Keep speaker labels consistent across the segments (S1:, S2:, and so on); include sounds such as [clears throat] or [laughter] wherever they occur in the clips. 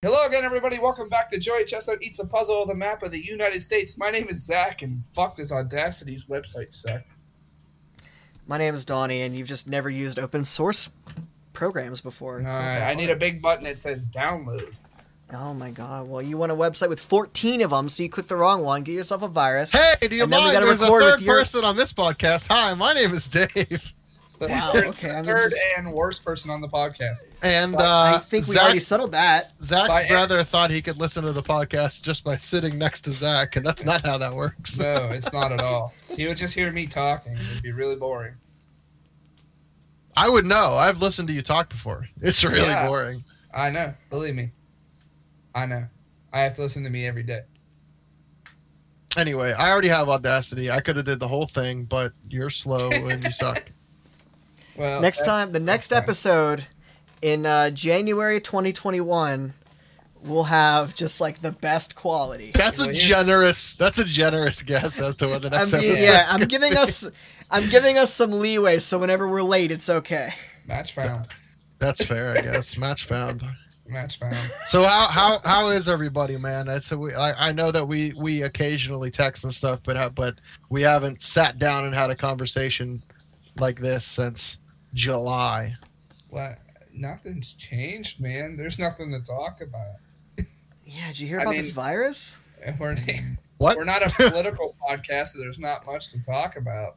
S1: Hello again, everybody. Welcome back to Joey Chestnut Eats a Puzzle, the map of the United States. My name is Zach, and fuck this Audacity's website suck.
S2: My name is Donnie, and you've just never used open source programs before.
S1: Uh,
S2: It's not that
S1: I need a
S2: hard.
S1: big button that says download.
S2: Oh my god! Well, you want a website with 14 of them, so you click the wrong one, get yourself a virus.
S3: Hey, do you
S2: And then we
S3: mind?
S2: gotta
S3: There's a
S2: record with
S3: third
S2: your-
S3: person on this podcast. Hi, my name is Dave, [laughs]
S1: The [laughs]
S2: Wow,
S1: Third,
S2: okay, I'm
S1: third
S2: just-
S1: and worst person on the podcast.
S3: and uh,
S2: I think we
S3: Zach,
S2: already settled that.
S3: Zach's
S1: Bye, Eric.
S3: brother thought he could listen to the podcast just by sitting next to Zach, and that's not how that works.
S1: No, it's not at all. He would just hear me talking. It'd be really boring.
S3: I would know. I've listened to you talk before. [laughs] It's really
S1: Yeah.
S3: boring.
S1: I know. Believe me. I know. I have to listen to me every day.
S3: Anyway, I already have Audacity. I could have did the whole thing, but you're slow and
S1: [laughs]
S3: you suck.
S1: Well, uh,
S2: Next
S1: that-
S2: time, the next
S1: Oh, okay.
S2: episode in uh, January 2021, we'll have just like the best quality.
S3: That's
S1: Well,
S3: a
S1: you're-
S3: generous. That's a generous guess as to what the
S2: I'm,
S3: next episode.
S2: yeah, I'm giving
S1: [laughs]
S2: us, I'm giving us some leeway, so whenever we're late, it's okay.
S1: match found.
S3: [laughs] That's fair, I guess. Match found.
S1: Match found.
S3: So how how how is everybody, man? I- So we, I I know that we we occasionally text and stuff, but ha- but we haven't sat down and had a conversation like this since July.
S1: What? Nothing's changed, man. There's nothing to talk about.
S2: Yeah, did you hear
S1: I
S2: about
S1: mean-
S2: this virus?
S1: And We're
S2: Hmm.
S3: What?
S1: we're
S3: [laughs]
S1: not a political podcast, so there's not much to talk about.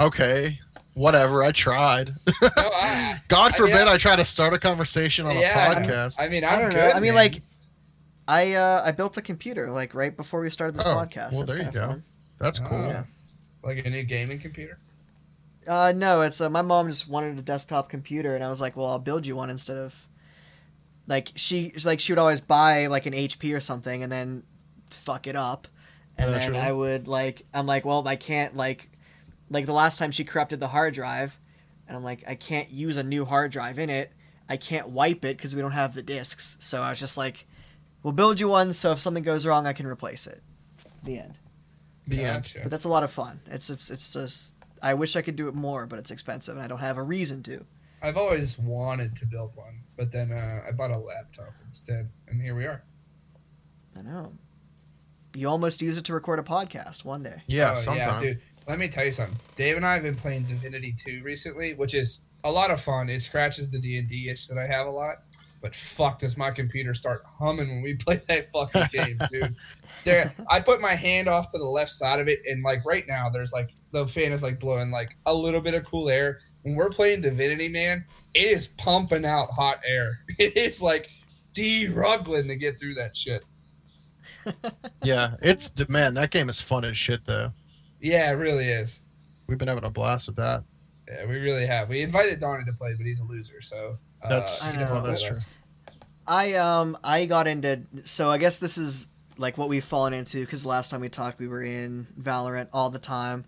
S3: Okay, whatever.
S1: [laughs]
S3: I tried.
S1: No,
S3: [laughs]
S1: I,
S3: God
S1: I-
S3: forbid
S1: yeah.
S3: I try to start a conversation on
S1: Yeah,
S3: a
S1: I'm-
S3: podcast.
S1: I mean, I'm
S2: I don't know.
S1: good,
S2: I
S1: man.
S2: mean, like, I uh, I built a computer like right before we started this
S3: Oh,
S2: podcast.
S3: well,
S2: That's
S3: there you
S2: kinda
S3: go.
S2: fun.
S3: That's
S1: Oh.
S3: cool.
S2: Yeah.
S1: like a new gaming computer.
S2: Uh, no, it's uh, my mom just wanted a desktop computer, and I was like, well, I'll build you one instead of. Like she, like she would always buy like an HP or something, and then fuck it up, and
S3: Naturally.
S2: then I would like, I'm like, well, I can't like, like the last time she corrupted the hard drive, and I'm like, I can't use a new hard drive in it. I can't wipe it because we don't have the discs. So I was just like, we'll build you one, so if something goes wrong, I can replace it. The end.
S3: The end.
S1: Gotcha.
S2: But that's a lot of fun. It's it's it's just I wish I could do it more, but it's expensive and I don't have a reason to.
S1: I've always wanted to build one, but then uh, I bought a laptop instead, and here we are.
S2: I know. You almost use it to record a podcast one day.
S3: Yeah,
S1: Oh,
S3: sometime.
S1: dude. Let me tell you something. Dave and I have been playing Divinity 2 recently, which is a lot of fun. It scratches the D&D itch that I have a lot. But fuck, does my computer start humming when we [laughs] play that fucking game, dude? There, I put my hand off to the left side of it, and like right now, there's like the fan is like blowing like a little bit of cool air. When we're playing Divinity, man, it is pumping out hot air. [laughs] It is like de-ruggling to get through that shit.
S3: yeah, it's man. That game is fun as shit though.
S1: Yeah, it really is.
S3: We've been having a blast with that.
S1: Yeah, we really have. We invited Donnie to play, but he's a loser, so uh,
S3: That's
S2: I
S1: he
S2: know.
S1: doesn't
S3: well, that's
S1: let
S3: true.
S1: us.
S2: I um I got into so I guess this is like what we've fallen into because last time we talked we were in Valorant all the time,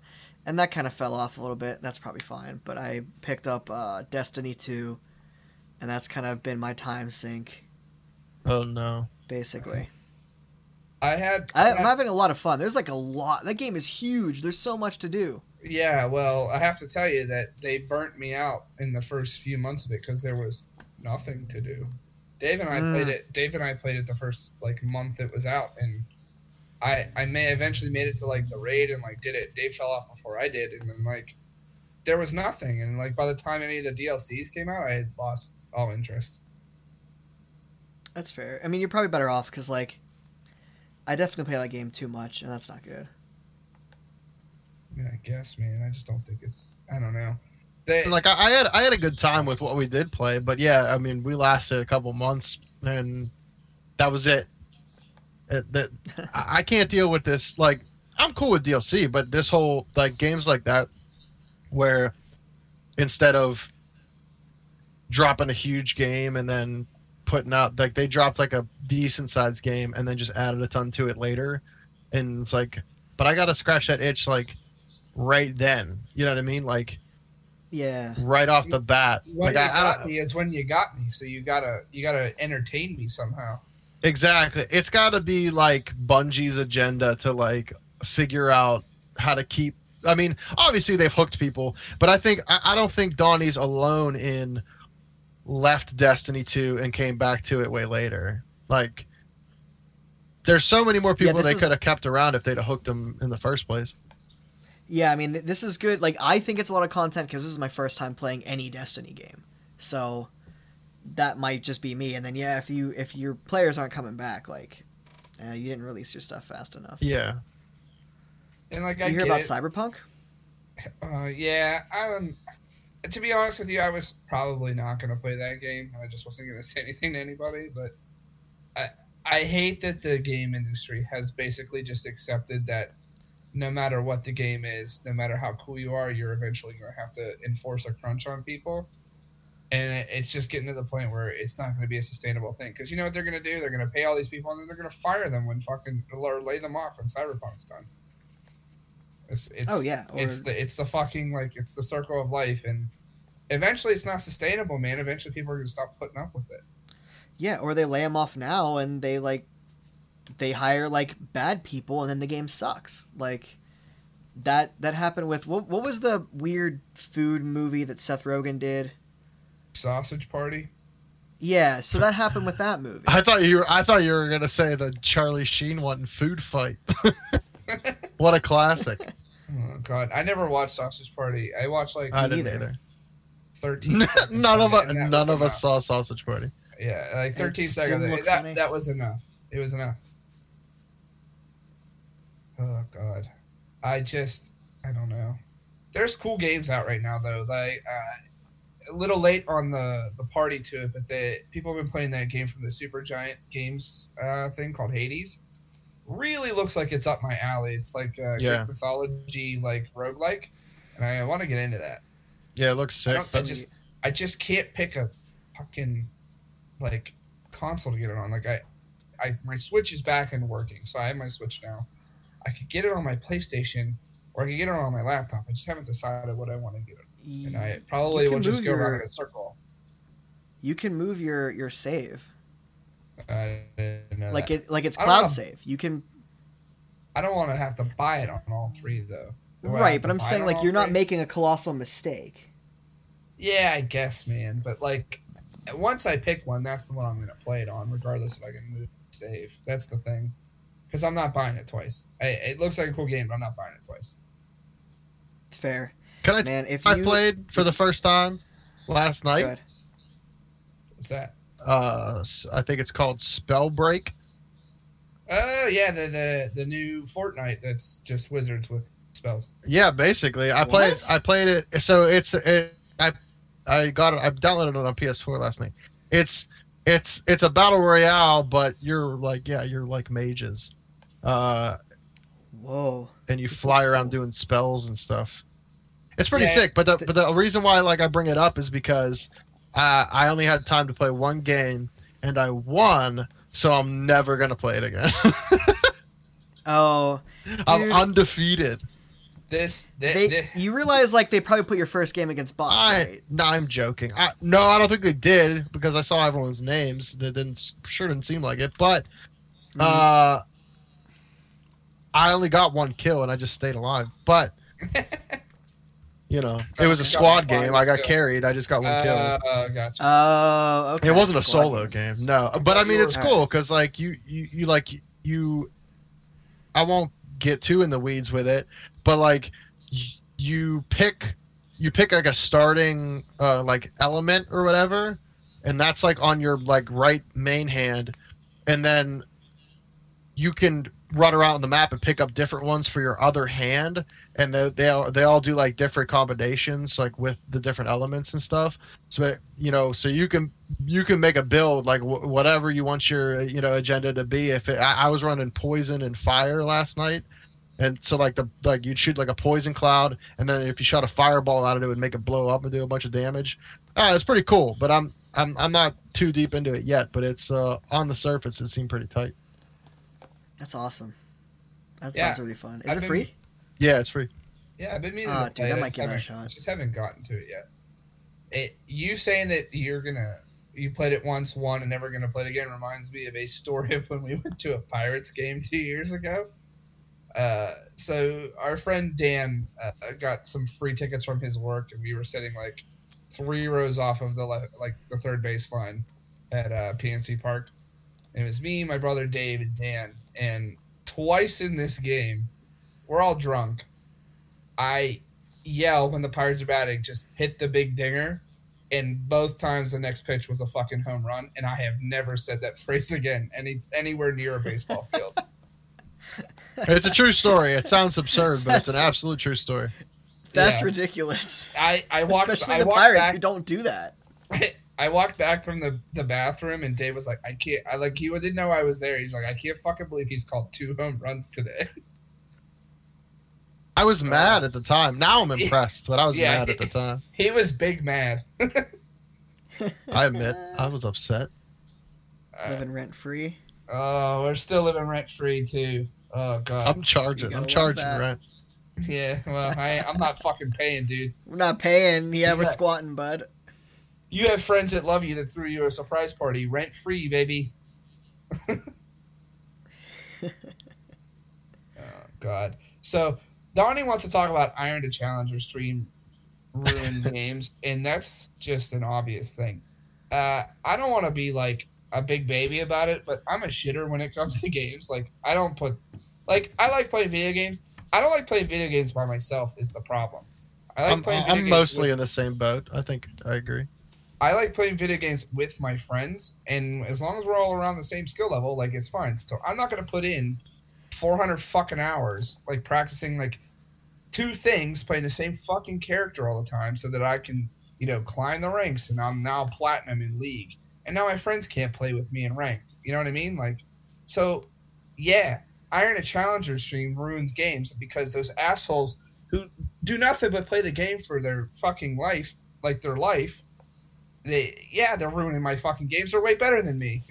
S2: and that kind of fell off a little bit. That's probably fine. But I picked up uh, Destiny two, and that's kind of been my time sink
S3: Oh no.
S2: basically.
S1: I had,
S2: I,
S1: I,
S2: I'm having a lot of fun. There's like a lot. That game is huge. There's so much to do.
S1: yeah. Well, I have to tell you that they burnt me out in the first few months of it because there was nothing to do. Dave and I
S2: Mm.
S1: played it. Dave and I played it the first like month it was out, and I I may eventually made it to like the raid and like did it. Dave fell off before I did, and then like there was nothing, and like by the time any of the DLCs came out, I had lost all interest.
S2: That's fair. I mean, you're probably better off because like, I definitely play that game too much, and that's not good.
S1: I mean, I guess, man. I just don't think it's. I don't know. They,
S3: like I, I had I had a good time with what we did play, but yeah, I mean we lasted a couple months and that was it. It- that I I can't deal with this. Like I'm cool with DLC, but this whole like games like that where instead of dropping a huge game and then putting out like they dropped like a decent sized game and then just added a ton to it later, and it's like, but I gotta scratch that itch like right then. You know what I mean? Like
S2: Yeah.
S3: right off the bat.
S1: when
S3: Like
S1: you
S3: I, I
S1: got
S3: don't
S1: me is when you got me. So you gotta you gotta entertain me somehow.
S3: exactly. It's got to be like Bungie's agenda to like figure out how to keep. I mean, obviously they've hooked people, but I think I, I don't think Donnie's alone in left Destiny 2 and came back to it way later. Like, there's so many more people
S2: this
S3: they
S2: is-
S3: could have kept around if they'd have hooked them in the first place.
S2: Yeah, I mean, th- this is good. Like, I think it's a lot of content because this is my first time playing any Destiny game, so that might just be me. And then, yeah, if you if your players aren't coming back, like, uh, you didn't release your stuff fast enough.
S3: Yeah.
S1: And like
S2: you
S1: I
S2: hear
S1: get
S2: about
S1: it.
S2: Cyberpunk?
S1: Uh, yeah, um, to be honest with you, I was probably not going to play that game. I just wasn't going to say anything to anybody. But I, I hate that the game industry has basically just accepted that no matter what the game is, no matter how cool you are, you're eventually going to have to enforce a crunch on people. And it- it's just getting to the point where it's not going to be a sustainable thing. Because you know what they're going to do? They're going to pay all these people and then they're going to fire them when fucking or lay them off when Cyberpunk's done. It's, it's,
S2: Oh yeah, or
S1: it's the it's the fucking like it's the circle of life and eventually it's not sustainable man eventually people are gonna stop putting up with it
S2: yeah, or they lay them off now and they like they hire like bad people and then the game sucks. Like that that happened with what what was the weird food movie that Seth Rogen did?
S1: sausage party
S2: Yeah, so that happened with that movie.
S3: I thought you were, I thought you were gonna say the Charlie Sheen one
S2: [laughs]
S3: food fight. what a classic!
S1: oh god i never watched sausage party i watched like
S3: I
S2: Me
S3: didn't
S2: neither.
S3: either.
S1: 13 seconds
S3: [laughs] none
S1: of
S3: of
S1: it,
S3: us,
S1: and that
S3: none
S1: was
S3: of us
S1: enough.
S3: saw Sausage Party.
S1: yeah like 13
S2: It's-
S1: seconds
S2: didn't
S1: of it.
S2: look funny.
S1: that, that was enough it was enough oh god i just i don't know there's cool games out right now though like uh, a little late on the the party to it but the people have been playing that game from the super giant games uh, thing called hades really looks like it's up my alley it's like uh,
S3: Yeah.
S1: Greek mythology like roguelike and i want to get into that
S3: Yeah, it looks
S1: I,
S3: sick.
S1: don't, I
S3: but-
S1: just I just can't pick a fucking like console to get it on. Like I, I my Switch is back and working, so I have my Switch now. I could get it on my PlayStation or I could get it on my laptop. I just haven't decided what I want to get it.
S2: Y-
S1: And I probably
S2: can
S1: will just
S2: move
S1: go around
S2: your-
S1: in a circle.
S2: you can move your your save.
S1: I didn't know
S2: like
S1: that.
S2: it like it's
S1: I don't
S2: cloud
S1: know.
S2: save. You can
S1: I don't want to have to buy it on all three though. Do I have
S2: right,
S1: to
S2: but I'm
S1: buy it
S2: saying
S1: on
S2: like
S1: all
S2: you're not
S1: three?
S2: making a colossal mistake.
S1: Yeah, I guess, man. But like, once I pick one, that's the one I'm gonna play it on, regardless if I can move or save. That's the thing, because I'm not buying it twice. I, it looks like a cool game, but I'm not buying it twice.
S2: Fair.
S3: can I?
S2: Man, if
S3: I
S2: you
S3: played for the first time last
S2: Go
S3: night.
S2: ahead.
S1: What's that?
S3: Uh, s- I think it's called Spell Break.
S1: Oh yeah, the the, the new Fortnite that's just wizards with spells.
S3: Yeah, basically, I played.
S2: What?
S3: I played it. So it's. It, I, I got it. I downloaded it on PS4 last night. It's. It's. It's a battle royale, but you're like, yeah, you're like mages, uh,
S2: Whoa.
S3: and you
S2: This
S3: fly
S2: sounds
S3: around
S2: cool.
S3: doing spells and stuff. It's pretty
S1: Yeah.
S3: sick. But the but the reason why like I bring it up is because, I I only had time to play one game and I won, so I'm never gonna play it again. [laughs]
S2: Oh,
S3: I'm
S2: Dude.
S3: undefeated.
S1: This, thi-
S2: they,
S1: thi-
S2: you realize like they probably put your first game against bots,
S3: I
S2: right?
S3: no, I'm joking. I, no, I don't think they did because I saw everyone's names. It didn't sure didn't seem like it, but
S1: Mm-hmm.
S3: uh, I only got one kill and I just stayed alive.
S1: [laughs]
S3: But you know, it was a
S1: Got
S3: squad
S1: one
S3: game. I got
S1: kill.
S3: carried. I just got one kill.
S1: uh, gotcha.
S2: Oh, okay.
S3: it wasn't a
S2: squad
S3: solo game. no. But I
S1: thought
S3: mean,
S1: you
S3: it's
S2: were-
S3: cool because like you, you, you like you. I won't get too in the weeds with it, but like y- you pick, you pick like a starting uh, like element or whatever, and that's like on your like right main hand, and then you can run around on the map and pick up different ones for your other hand, and they they all, they all do like different combinations like with the different elements and stuff. So you know, so you can you can make a build like wh- whatever you want your you know agenda to be. If it, I, I was running poison and fire last night, and so like the like you'd shoot like a poison cloud, and then if you shot a fireball out of it, it would make it blow up and do a bunch of damage. Uh, it's pretty cool, but I'm I'm I'm not too deep into it yet. But it's uh, on the surface, it seemed pretty tight.
S2: That's awesome. That
S1: Yeah.
S2: sounds really fun. Is
S1: I've
S2: it
S1: been-
S2: free?
S3: Yeah, it's free.
S1: Yeah, I've been meaning
S2: Ah,
S1: to
S2: dude,
S1: play
S2: I
S1: it.
S2: might give that a
S1: haven't-
S2: shot.
S1: Just haven't gotten to it yet. It you saying that you're gonna you played it once, won, and never gonna play it again reminds me of a story of when we [laughs] went to a Pirates game two years ago. Uh, so our friend Dan uh, got some free tickets from his work, and we were sitting like three rows off of the left, like the third baseline at uh, PNC Park. And it was me, my brother Dave, and Dan. And twice in this game, we're all drunk. I yell when the Pirates are batting, just hit the big dinger. And both times the next pitch was a fucking home run. And I have never said that [laughs] phrase again any, anywhere near a baseball field.
S3: It's a
S2: [laughs]
S3: true story. It sounds absurd, but it's an
S2: That's-
S3: absolute true story.
S2: That's
S1: Yeah.
S2: ridiculous.
S1: I, I walked,
S2: Especially
S1: I
S2: the
S1: walked
S2: pirates
S1: back-
S2: who don't do that.
S1: [laughs] I walked back from the, the bathroom and Dave was like, I can't. I like he didn't know I was there. He's like, I can't fucking believe he's called two home runs today. [laughs]
S3: I was mad at the time.
S2: [laughs]
S3: Now I'm impressed, but I was
S1: Yeah.
S3: mad at the time.
S1: He was big mad.
S3: I admit, I was upset.
S1: Uh,
S2: Living rent free.
S1: oh, we're still living rent free too. Oh god.
S3: I'm charging.
S2: You
S3: I'm
S2: gotta
S3: charging
S2: love that.
S3: rent.
S1: yeah. Well, I I'm not fucking paying, dude.
S2: We're not paying. Yeah, we're
S1: Yeah.
S2: squatting, bud.
S1: You have friends that love you that threw you a surprise party, rent free, baby. [laughs] oh god. So Donnie wants to talk about Iron to Challenger stream
S3: [laughs]
S1: ruined games, and that's just an obvious thing. Uh, I don't want to be like a big baby about it, but I'm a shitter when it comes to games. Like I don't put, like I like playing video games. I don't like playing video games by myself. Is the problem. I like
S3: I'm,
S1: playing. video
S3: I'm
S1: games
S3: mostly
S1: with-
S3: in the same boat. I think I agree.
S1: I like playing video games with my friends, and as long as we're all around the same skill level, like it's fine. So I'm not gonna put in 400 fucking hours like practicing like two things, playing the same fucking character all the time, so that I can you know climb the ranks, and I'm now platinum in league, and now my friends can't play with me in ranked. You know what I mean? Like, so yeah, Iron a Challenger stream ruins games because those assholes who do nothing but play the game for their fucking life, like their life they yeah they're ruining my fucking games they're way better than me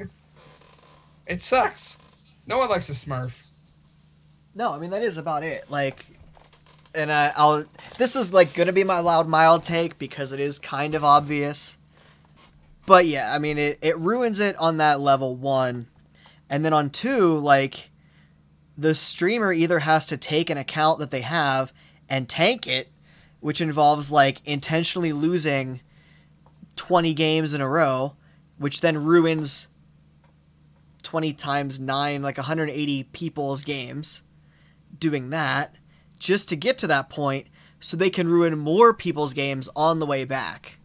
S1: [laughs] it sucks no one likes a smurf
S2: No, I mean that is about it. Like, and I, I'll. This was like gonna be my loud mild take because it is kind of obvious. But yeah, I mean it. It ruins it on that level one, and then on two, like, the streamer either has to take an account that they have and tank it, which involves like intentionally losing twenty games in a row, which then ruins. 20 times 9 like 180 people's games doing that just to get to that point so they can ruin more people's games on the way back.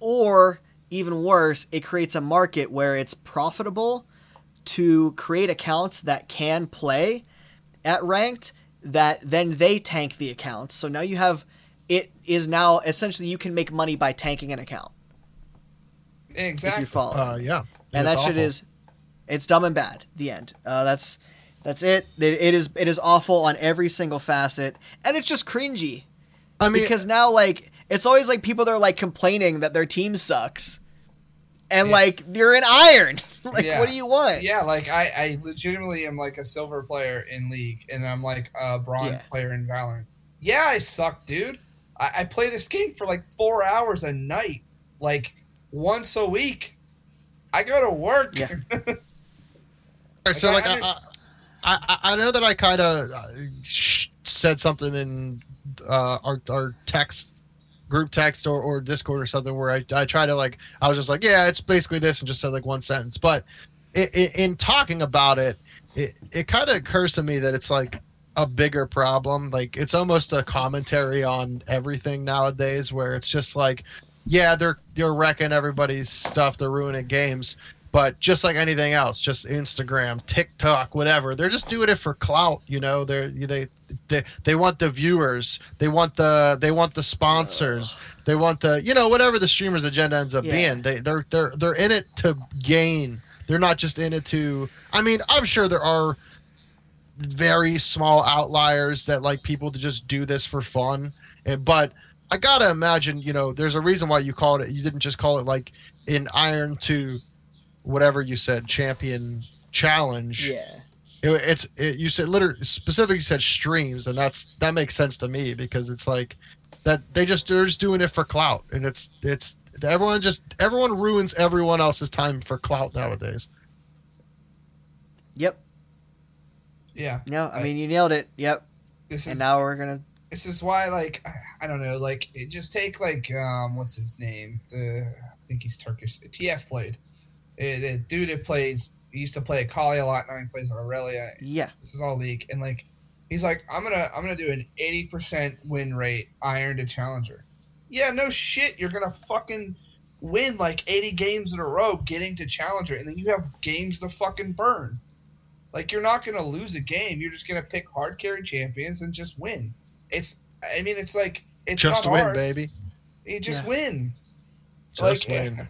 S2: Or even worse, it creates a market where it's profitable to create accounts that can play at ranked that then they tank the accounts. So now you have it is now essentially you can make money by tanking an account if
S1: exactly
S2: you follow
S3: Uh, yeah.
S2: and that
S3: It's
S2: shit
S3: awful.
S2: is it's dumb and bad the end uh, that's that's it. it it is it is awful on every single facet and it's just cringy
S3: I mean,
S2: because now like it's always like people that are like complaining that their team sucks and
S1: Yeah.
S2: like you're in iron [laughs] like
S1: Yeah.
S2: what do you want
S1: yeah like I, I legitimately am like a silver player in league and i'm like a bronze
S2: Yeah.
S1: player in valorant yeah i suck dude I, I play this game for like four hours a night like once a week i go to work [laughs]
S2: Yeah.
S3: Alright, so
S1: Like,
S3: like
S1: I
S3: I, I, I, I know that I kind of sh- said something in uh, our our text group text or, or discord or something where I, I try to like i was just like yeah it's basically this and just said like one sentence but i i in talking about it it, it kind of occurs to me that it's like a bigger problem like it's almost a commentary on everything nowadays where it's just like yeah they're they're wrecking everybody's stuff they're ruining games but just like anything else, just Instagram, TikTok, whatever, they're just doing it for clout. You know, they're they they they want the viewers, they want the they want the sponsors, they want the you know whatever the streamer's agenda ends up
S2: Yeah.
S3: being. They they're they're they're in it to gain. They're not just in it to. I mean, I'm sure there are very small outliers that like people to just do this for fun, and but. I gotta imagine, you know, there's a reason why you called it. You didn't just call it like in Iron to whatever you said champion challenge
S2: yeah
S3: It- it's it, you said literally specifically said streams and that's that makes sense to me because it's like that they just they're just doing it for clout and it's it's everyone just everyone ruins everyone else's time for clout nowadays
S2: yep
S1: yeah
S2: no i
S1: Right.
S2: mean you nailed it yep
S1: this is
S2: and now we're gonna
S1: this is why like I- I don't know like it just take like um what's his name the I think he's Turkish TF played Eh, the dude that plays he used to play at Kali a lot now he plays at Aurelia [laughs]
S2: Yeah.
S1: this is all league and like he's like I'm gonna I'm gonna do an eighty percent win rate iron to challenger yeah no shit you're gonna fucking win like eighty games in a row getting to challenger and then you have games to fucking burn like you're not gonna lose a game you're just gonna pick hard carry champions and just win it's I mean it's like it's
S3: just
S1: not
S3: win,
S1: hard.
S3: baby.
S1: You just
S2: Yeah.
S1: win.
S3: Just
S1: like
S3: win.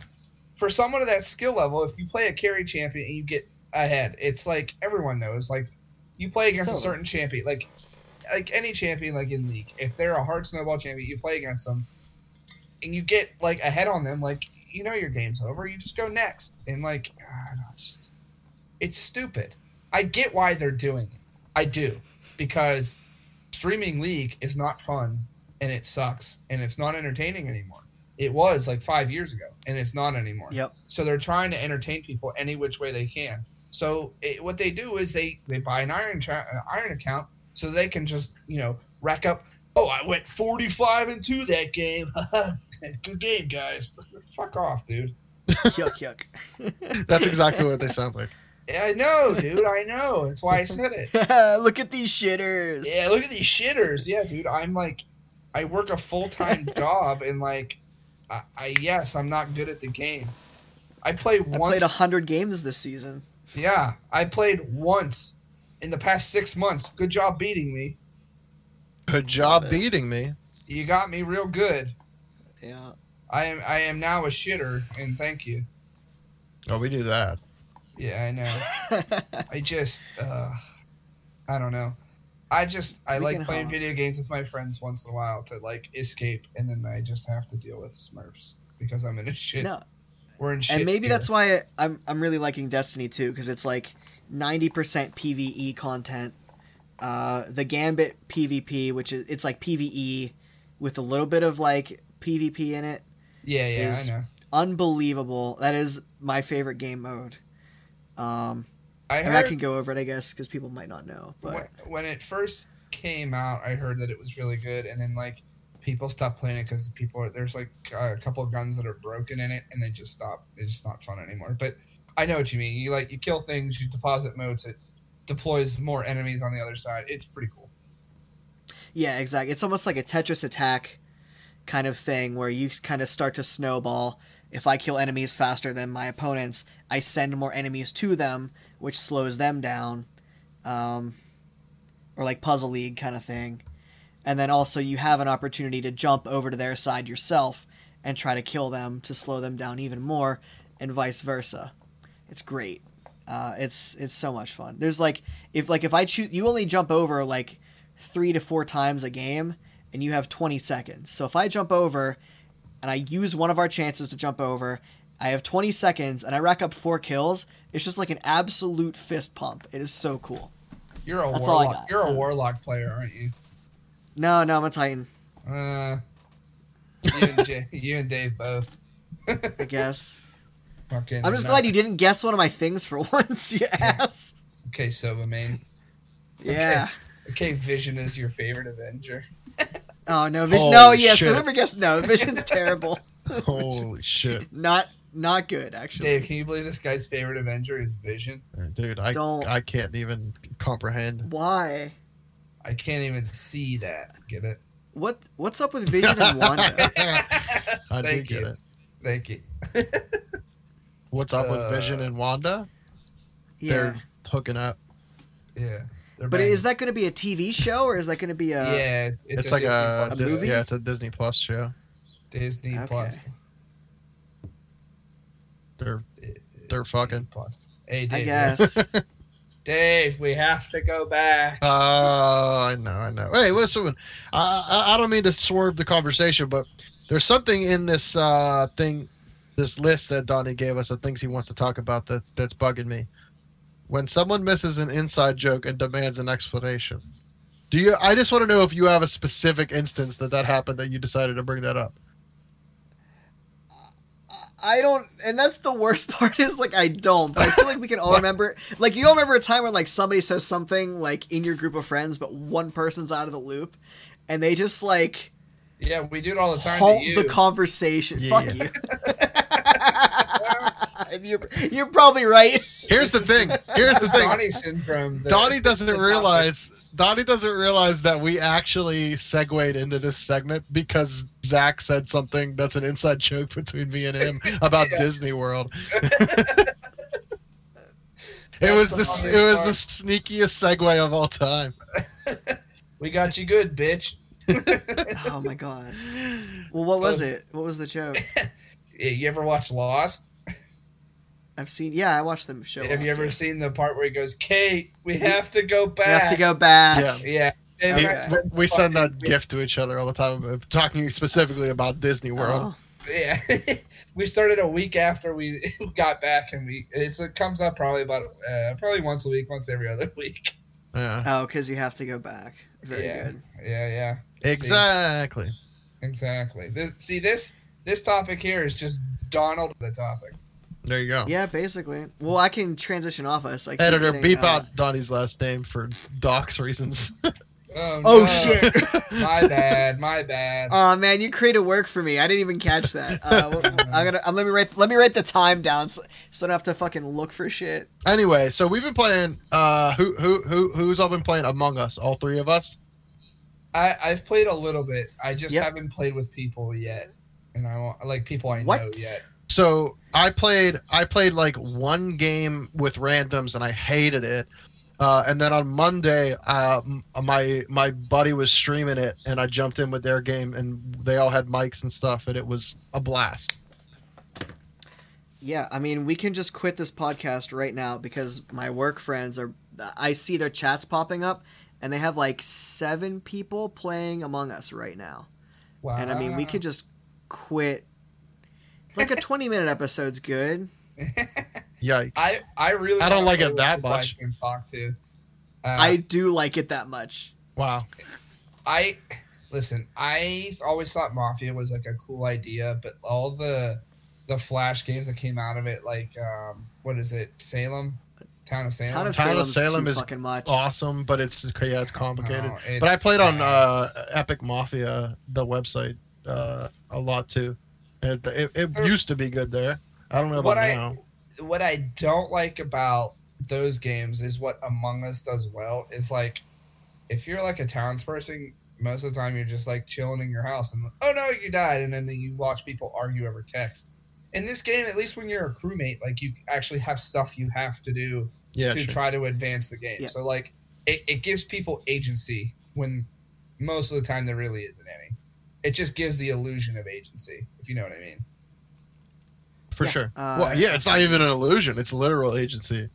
S1: for someone of that skill level, if you play a carry champion and you get ahead, it's like everyone knows. Like you play against a
S2: over.
S1: certain champion, like like any champion, like in league. If they're a hard snowball champion, you play against them, and you get like ahead on them. Like you know your game's over. You just go next, and like I don't- just- it's stupid. I get why they're doing it. I do because streaming league is not fun and it sucks and it's not entertaining anymore. It was like five years ago and it's not anymore.
S2: Yep.
S1: So they're trying to entertain people any which way they can. So it, what they do is they they buy an iron tra- uh, iron account so they can just you know rack up. Oh, I went forty five and two that game. [laughs] Good game, guys. Fuck off, dude.
S2: yuck
S1: [laughs]
S2: yuck.
S3: That's exactly what they sound like.
S1: I know, dude. I know. That's why I said it.
S2: [laughs] Look at these shitters.
S1: Yeah, look at these shitters. Yeah, dude, I'm like, I work a full
S2: [laughs]
S1: time job and like, I, I yes, I'm not good at the game. I play
S2: I
S1: once.
S2: played hundred games this season.
S1: yeah, I played once in the past six months. Good job beating me.
S3: Good job beating me.
S1: You got me real good.
S2: Yeah. [laughs]
S1: I am I am now a shitter, and thank you.
S3: Oh, we do that.
S1: [laughs] Yeah, I know. I just, uh, I don't know. I just I
S2: We
S1: like
S2: can
S1: playing
S2: hop.
S1: video games with my friends once in a while to like escape, and then I just have to deal with Smurfs because I'm in a shit.
S2: no.
S1: We're in shit.
S2: And maybe
S1: here.
S2: that's why I'm I'm really liking Destiny too because it's like ninety percent PVE content. Uh, the Gambit PvP, which is it's like PVE with a little bit of like PvP in it.
S1: yeah, yeah,
S2: is-
S1: I know.
S2: Unbelievable. That is my favorite game mode. Um,
S1: I
S2: and I
S1: heard
S2: can go over it, I guess, because people might not know. But
S1: when, when it first came out, I heard that it was really good, and then like people stopped playing it because people are, there's like a couple of guns that are broken in it, and they just stop. It's just not fun anymore. But I know what you mean. You like you kill things, you deposit modes, it deploys more enemies on the other side. It's pretty cool.
S2: Yeah, exactly. It's almost like a Tetris attack kind of thing where you kind of start to snowball. If I kill enemies faster than my opponents, I send more enemies to them, which slows them down. Um, or like Puzzle League kind of thing. And then also, you have an opportunity to jump over to their side yourself and try to kill them to slow them down even more, and vice versa. It's great. Uh, it's it's so much fun. There's like if like if I choose, you only jump over like three to four times a game, and you have 20 seconds. So if I jump over, and I use one of our chances to jump over, I have 20 seconds, and I rack up four kills. It's just like an absolute fist pump. It is so cool.
S1: You're a
S2: That's all I
S1: warlock.
S2: got.
S1: You're a
S2: Uh,
S1: warlock player, aren't you?
S2: No, no, I'm a Titan.
S1: Uh, you, and J- [laughs] you and Dave both.
S2: I
S3: [laughs]
S2: guess.
S1: Fucking
S2: I'm just glad you didn't guess one of my things for [laughs] once, you
S3: [laughs]
S2: ass.
S1: Okay, Sova main.
S2: Yeah.
S1: Okay, Vision is your favorite Avenger.
S2: Oh no, Vision.
S3: Holy
S2: no, yes.
S3: shit.
S2: Whoever guessed no,
S3: [laughs]
S2: Vision's terrible.
S3: Holy shit,
S2: Not, not good actually.
S1: Dave, can you believe this guy's favorite Avenger is Vision?
S3: dude! I
S2: Don't-
S3: I can't even comprehend.
S2: Why?
S1: I can't even see that. Get it? [laughs]
S2: What? What's up with Vision and [laughs] Wanda?
S3: [laughs] I do
S1: Thank
S3: get
S1: you.
S3: it.
S1: Thank you.
S3: What's up with Vision
S1: Uh,
S3: and Wanda?
S2: yeah.
S3: They're hooking up.
S1: Yeah. They're
S2: But
S1: banging.
S2: is that going to be a TV show or is that going to be a?
S1: yeah, it's,
S3: It's,
S1: a
S3: like
S1: Disney
S3: a,
S1: Plus
S2: A
S3: Dis-
S2: movie?
S3: yeah, it's a Disney Plus show.
S1: Disney
S2: Okay.
S1: Plus.
S3: They're
S1: It-
S3: They're
S1: it's
S3: fucking-
S1: Disney Plus. Hey, Dave.
S2: I guess.
S1: Dave, we have to go back.
S3: Oh, I know, I know. Hey, listen, I, I I don't mean to swerve the conversation, but there's something in this uh, thing, this list that Donnie gave us of things he wants to talk about that's that's bugging me. When someone misses an inside joke and demands an explanation, do you? I just want to know if you have a specific instance that that happened that you decided to bring that up.
S2: [laughs] I don't, and that's the worst [laughs] part is like I don't. But I feel like we can all remember, like you all remember a time when like somebody says something like in your group of friends, but one person's out of the loop, and they just like
S1: Yeah, we do it all the time.
S2: halt
S1: to you.
S2: the conversation.
S3: Yeah.
S2: Fuck you.
S1: [laughs]
S2: And you're, you're probably right.
S3: Here's the thing. Here's the thing.
S1: Donnie syndrome. the-
S3: Donnie
S1: the
S3: doesn't
S1: topic.
S3: realize Donnie doesn't realize that we actually segued into this segment because Zach said something that's an inside joke between me
S1: [laughs]
S3: and him about
S1: Yeah. [laughs]
S3: Disney World. it
S1: That's
S3: was
S1: the
S3: the
S1: funniest
S3: it was
S1: part.
S3: the sneakiest segue of all time.
S1: We got you good, bitch.
S2: Oh my god. Well, what was it? What was the joke?
S1: Yeah, You ever watch Lost?
S2: I've seen. Yeah, I watched the show.
S1: Have you
S2: last
S1: ever
S2: year.
S1: seen the part where he goes, "Kate, we have to go
S2: We
S1: back."
S2: have to go back.
S3: Yeah.
S1: Yeah. Dave
S3: We-
S1: and I
S2: Okay.
S1: spent
S3: We send
S1: fucking-
S3: that gift to each other all the time, of talking specifically about Disney World.
S2: Oh,
S1: Yeah, [laughs] we started a week after we [laughs] got back, and we it's, it comes up probably about uh, probably once a week, once every other [laughs] week.
S3: Yeah,
S2: oh, because you have to go back. Very
S1: Yeah.
S2: good.
S1: Yeah, yeah,
S3: exactly.
S1: exactly. Th- see this this topic here is just Donald the topic.
S3: There you go.
S2: Yeah, basically. Well, I can transition off us. Like
S3: Oh.
S2: uh,
S3: Editor, beep out Donnie's last name for docs reasons.
S1: Oh,
S2: Oh
S1: no.
S2: shit!
S3: [laughs]
S1: My bad. My bad.
S2: Oh man, you created work for me. I didn't even catch that. Uh,
S3: [laughs]
S2: wh- wh- I'm gonna. I'm, let me write. Let me write the time down so, so I don't have to fucking look for shit.
S3: anyway, so we've been playing. Uh, who who who who's all been playing Among Us? All three of us.
S1: I I've played a little bit. I just
S2: Yep.
S1: haven't played with people yet, and I want like people I know
S2: What?
S1: yet.
S3: So I played I played like one game with randoms and I hated it. Uh, and then on Monday, uh, m- my my buddy was streaming it, and I jumped in with their game, and they all had mics and stuff, and it was a blast.
S2: Yeah, I mean, we can just quit this podcast right now because my work friends are. I see their chats popping up, and they have like seven people playing Among Us right now.
S1: Wow.
S2: And I mean, we could just quit. Like a 20 minute episode's good.
S3: Yikes!
S1: I I really.
S3: I don't
S1: wanna
S3: like
S1: play
S3: it
S1: with
S3: that
S1: people
S3: much.
S1: I can talk to. Uh, I
S2: I do like it that much.
S3: wow.
S1: I listen. I always thought Mafia was like a cool idea, but all the the Flash games that came out of it, like um, what is it, Salem, Town of Salem.
S2: Town of
S3: Town of
S2: Salem's
S3: Salem
S2: too
S3: is
S2: fucking much.
S3: Awesome, but it's yeah, it's complicated.
S1: No,
S3: but I
S1: Oh, it's
S3: played on
S1: bad.
S3: uh, Epic Mafia, the website, uh, a lot too. It, it, it
S1: Er-
S3: used to be good there. I don't know about
S1: What I-
S3: now.
S1: what I don't like about those games is what Among Us does well is like if you're like a townsperson, most of the time you're just like chilling in your house and oh no, you died, and then you watch people argue over text. In this game, at least when you're a crewmate, like you actually have stuff you have to do
S3: Yeah,
S1: to
S3: sure.
S1: try to advance the game.
S2: Yeah.
S1: So like it, it gives people agency when most of the time there really isn't any. It just gives the illusion of agency, if you know what I mean.
S3: for
S2: Yeah,
S3: sure.
S2: uh,
S3: well, yeah, it's not even an illusion. It's literal agency.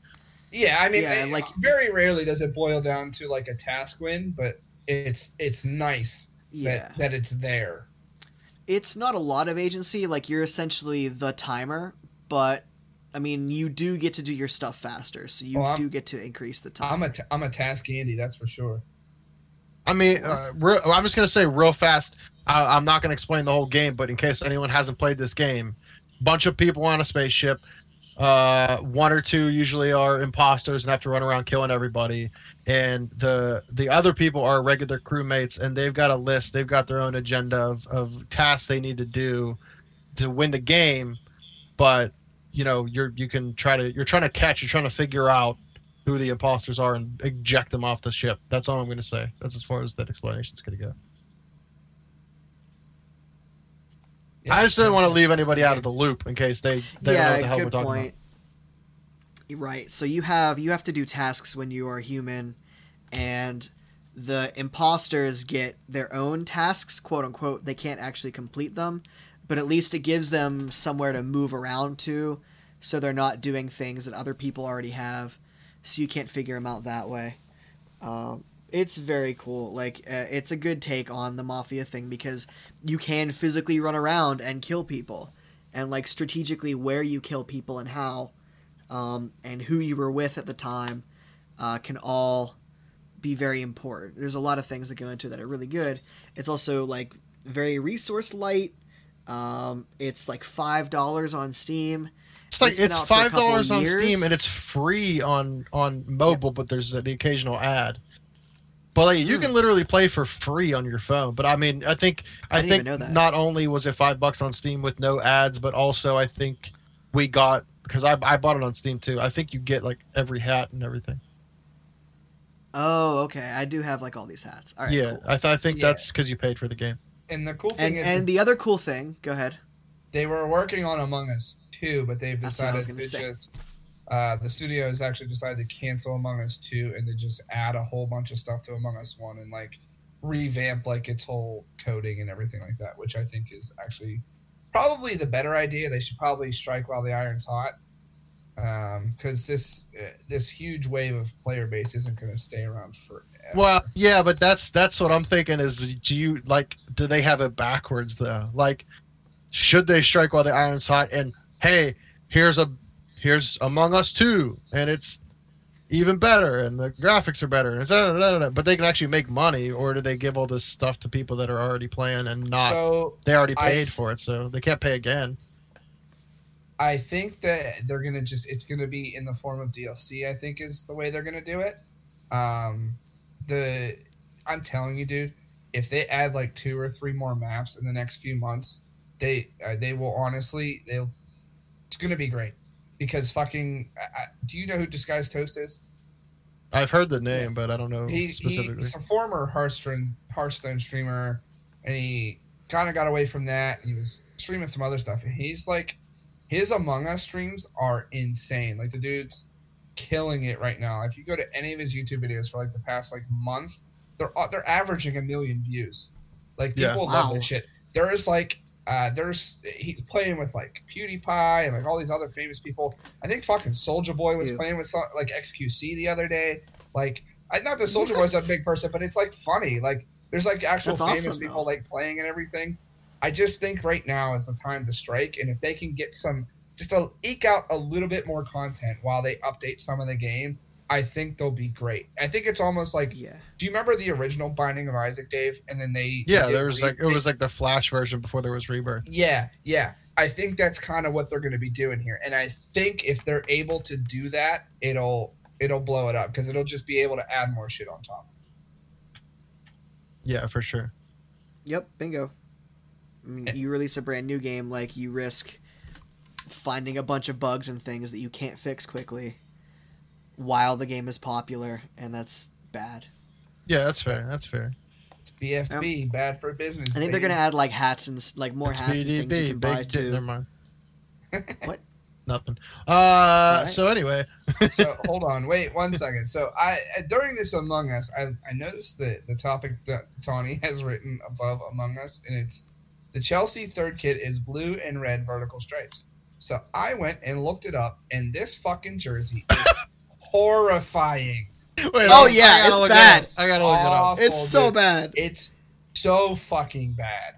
S1: Yeah, I mean,
S2: Yeah,
S1: it-
S2: like-
S1: very rarely does it boil down to like a task win, but it's it's nice
S2: Yeah.
S1: that, that it's there.
S2: It's not a lot of agency. Like, you're essentially the timer, but I mean, you do get to do your stuff faster. So you
S1: Well, I'm-
S2: do get to increase the time.
S1: I'm a t- I'm a task Andy, that's for sure.
S3: I mean, uh, re- I'm just gonna say real fast. I, I'm not gonna explain the whole game, but in case anyone hasn't played this game, bunch of people on a spaceship. Uh, one or two usually are imposters and have to run around killing everybody. And the the other people are regular crewmates, and they've got a list. They've got their own agenda of, of tasks they need to do to win the game. But you know, you're you can try to you're trying to catch. You're trying to figure out who the imposters are and eject them off the ship. That's all I'm going to say. That's as far as that explanation's going to go. I just didn't want to leave anybody out of the loop in case they, they don't know what the hell we're talking about.
S2: You're Right. So you have you have to do tasks when you are human, and the imposters get their own tasks, quote unquote. They can't actually complete them, but at least it gives them somewhere to move around to, so they're not doing things that other people already have. So you can't figure them out that way. Um, it's very cool. Like uh, it's a good take on the mafia thing because you can physically run around and kill people, and like strategically where you kill people and how, um, and who you were with at the time, uh, can all be very important. There's a lot of things that go into it that are really good. It's also like very resource light. Um, it's like five dollars on Steam.
S3: It's like
S2: It's been
S3: it's
S2: out for a
S3: five
S2: couple
S3: dollars on
S2: years.
S3: Steam and it's free on on mobile, but there's the occasional ad. But like, you can
S2: Hmm.
S3: literally play for free on your phone. But I mean, I think
S2: I
S3: I,
S2: didn't
S3: think
S2: even know that.
S3: not only was it five bucks on Steam with no ads, but also I think we got because I I bought it on Steam too. I think you get like every hat and everything.
S2: Oh, okay. I do have like all these hats. All right.
S3: yeah,
S2: cool.
S3: I, th- I think
S1: Yeah.
S3: that's because you paid for the game.
S1: And the cool thing
S2: And
S1: is,
S2: and the other cool thing. Go ahead.
S1: they were working on Among Us too, but they've
S2: That's what I
S1: decided
S2: was
S1: to
S2: gonna say.
S1: just. Uh, the studio has actually decided to cancel Among Us 2 and to just add a whole bunch of stuff to Among Us 1 and like revamp like its whole coding and everything like that, which I think is actually probably the better idea. They should probably strike while the iron's hot because this uh, this huge wave of player base isn't going to stay around forever.
S3: Well, yeah, but that's that's what I'm thinking is do you like do they have it backwards though? Like should they strike while the iron's hot and hey, here's a here's Among Us 2 and it's even better and the graphics are better and da, da, da, da, da, but they can actually make money or do they give all this stuff to people that are already playing and not
S1: so
S3: they already
S1: I
S3: paid
S1: s-
S3: for it so they can't pay again.
S1: I think that they're gonna just it's gonna be in the form of DLC. I think is the way they're gonna do it. Um, the I'm telling you, dude, if they add like two or three more maps in the next few months, they uh, they will honestly they'll it's gonna be great because fucking I, I, do you know who Disguised Toast is?
S3: I've heard the name but I don't know
S1: he, he
S3: specifically.
S1: he's a former Hearthstone Hearthstone streamer, and he kind of got away from that. He was streaming some other stuff, and he's like, his Among Us streams are insane. Like the dude's killing it right now. If you go to any of his YouTube videos for like the past like month, they're they're averaging a million views. Like
S3: Yeah.
S1: people love
S2: Wow.
S1: this shit. There is like. Uh, there's he's playing with like PewDiePie and like all these other famous people. I think fucking Soldier Boy was
S2: Ew.
S1: playing with some, like XQC the other day. Like I not that Soldier Boy's a
S2: What?
S1: big person, but it's like funny. Like there's like actual
S2: That's
S1: famous
S2: awesome,
S1: people
S2: though.
S1: like playing and everything. I just think right now is the time to strike, and if they can get some, just a, eke out a little bit more content while they update some of the game, I think they'll be great. I think it's almost like,
S2: Yeah.
S1: do you remember the original Binding of Isaac, Dave? And then they
S3: yeah,
S1: they
S3: there was
S1: re-
S3: like it
S1: they-
S3: was like the Flash version before there was Rebirth.
S1: yeah, yeah. I think that's kind of what they're going to be doing here, and I think if they're able to do that, it'll it'll blow it up because it'll just be able to add more shit on top.
S3: Yeah, for sure.
S2: Yep. Bingo. I mean,
S1: Yeah.
S2: you release a brand new game, like you risk finding a bunch of bugs and things that you can't fix quickly while the game is popular, and that's bad.
S3: Yeah, that's fair. That's fair.
S1: It's BFB, bad for business.
S2: I think they're
S1: baby.
S2: gonna add like hats and s- like more
S3: It's
S2: hats and things you can buy
S3: big dick, Never
S2: too.
S3: mind.
S2: [laughs] What?
S3: Nothing. Uh,
S2: Alright.
S3: so anyway, [laughs]
S1: so hold on, wait one second. So I uh, during this Among Us, I, I noticed that the topic that Tawny [laughs] has written above Among Us, and it's the Chelsea third kit is blue and red vertical stripes. So I went and looked it up, and this fucking jersey
S2: [laughs]
S1: is horrifying.
S3: Wait,
S2: Oh, yeah,
S3: I gotta
S2: it's
S3: look
S2: bad.
S3: It up. I gotta look it up.
S1: Awful,
S2: It's so
S1: dude.
S2: bad.
S1: It's so fucking bad.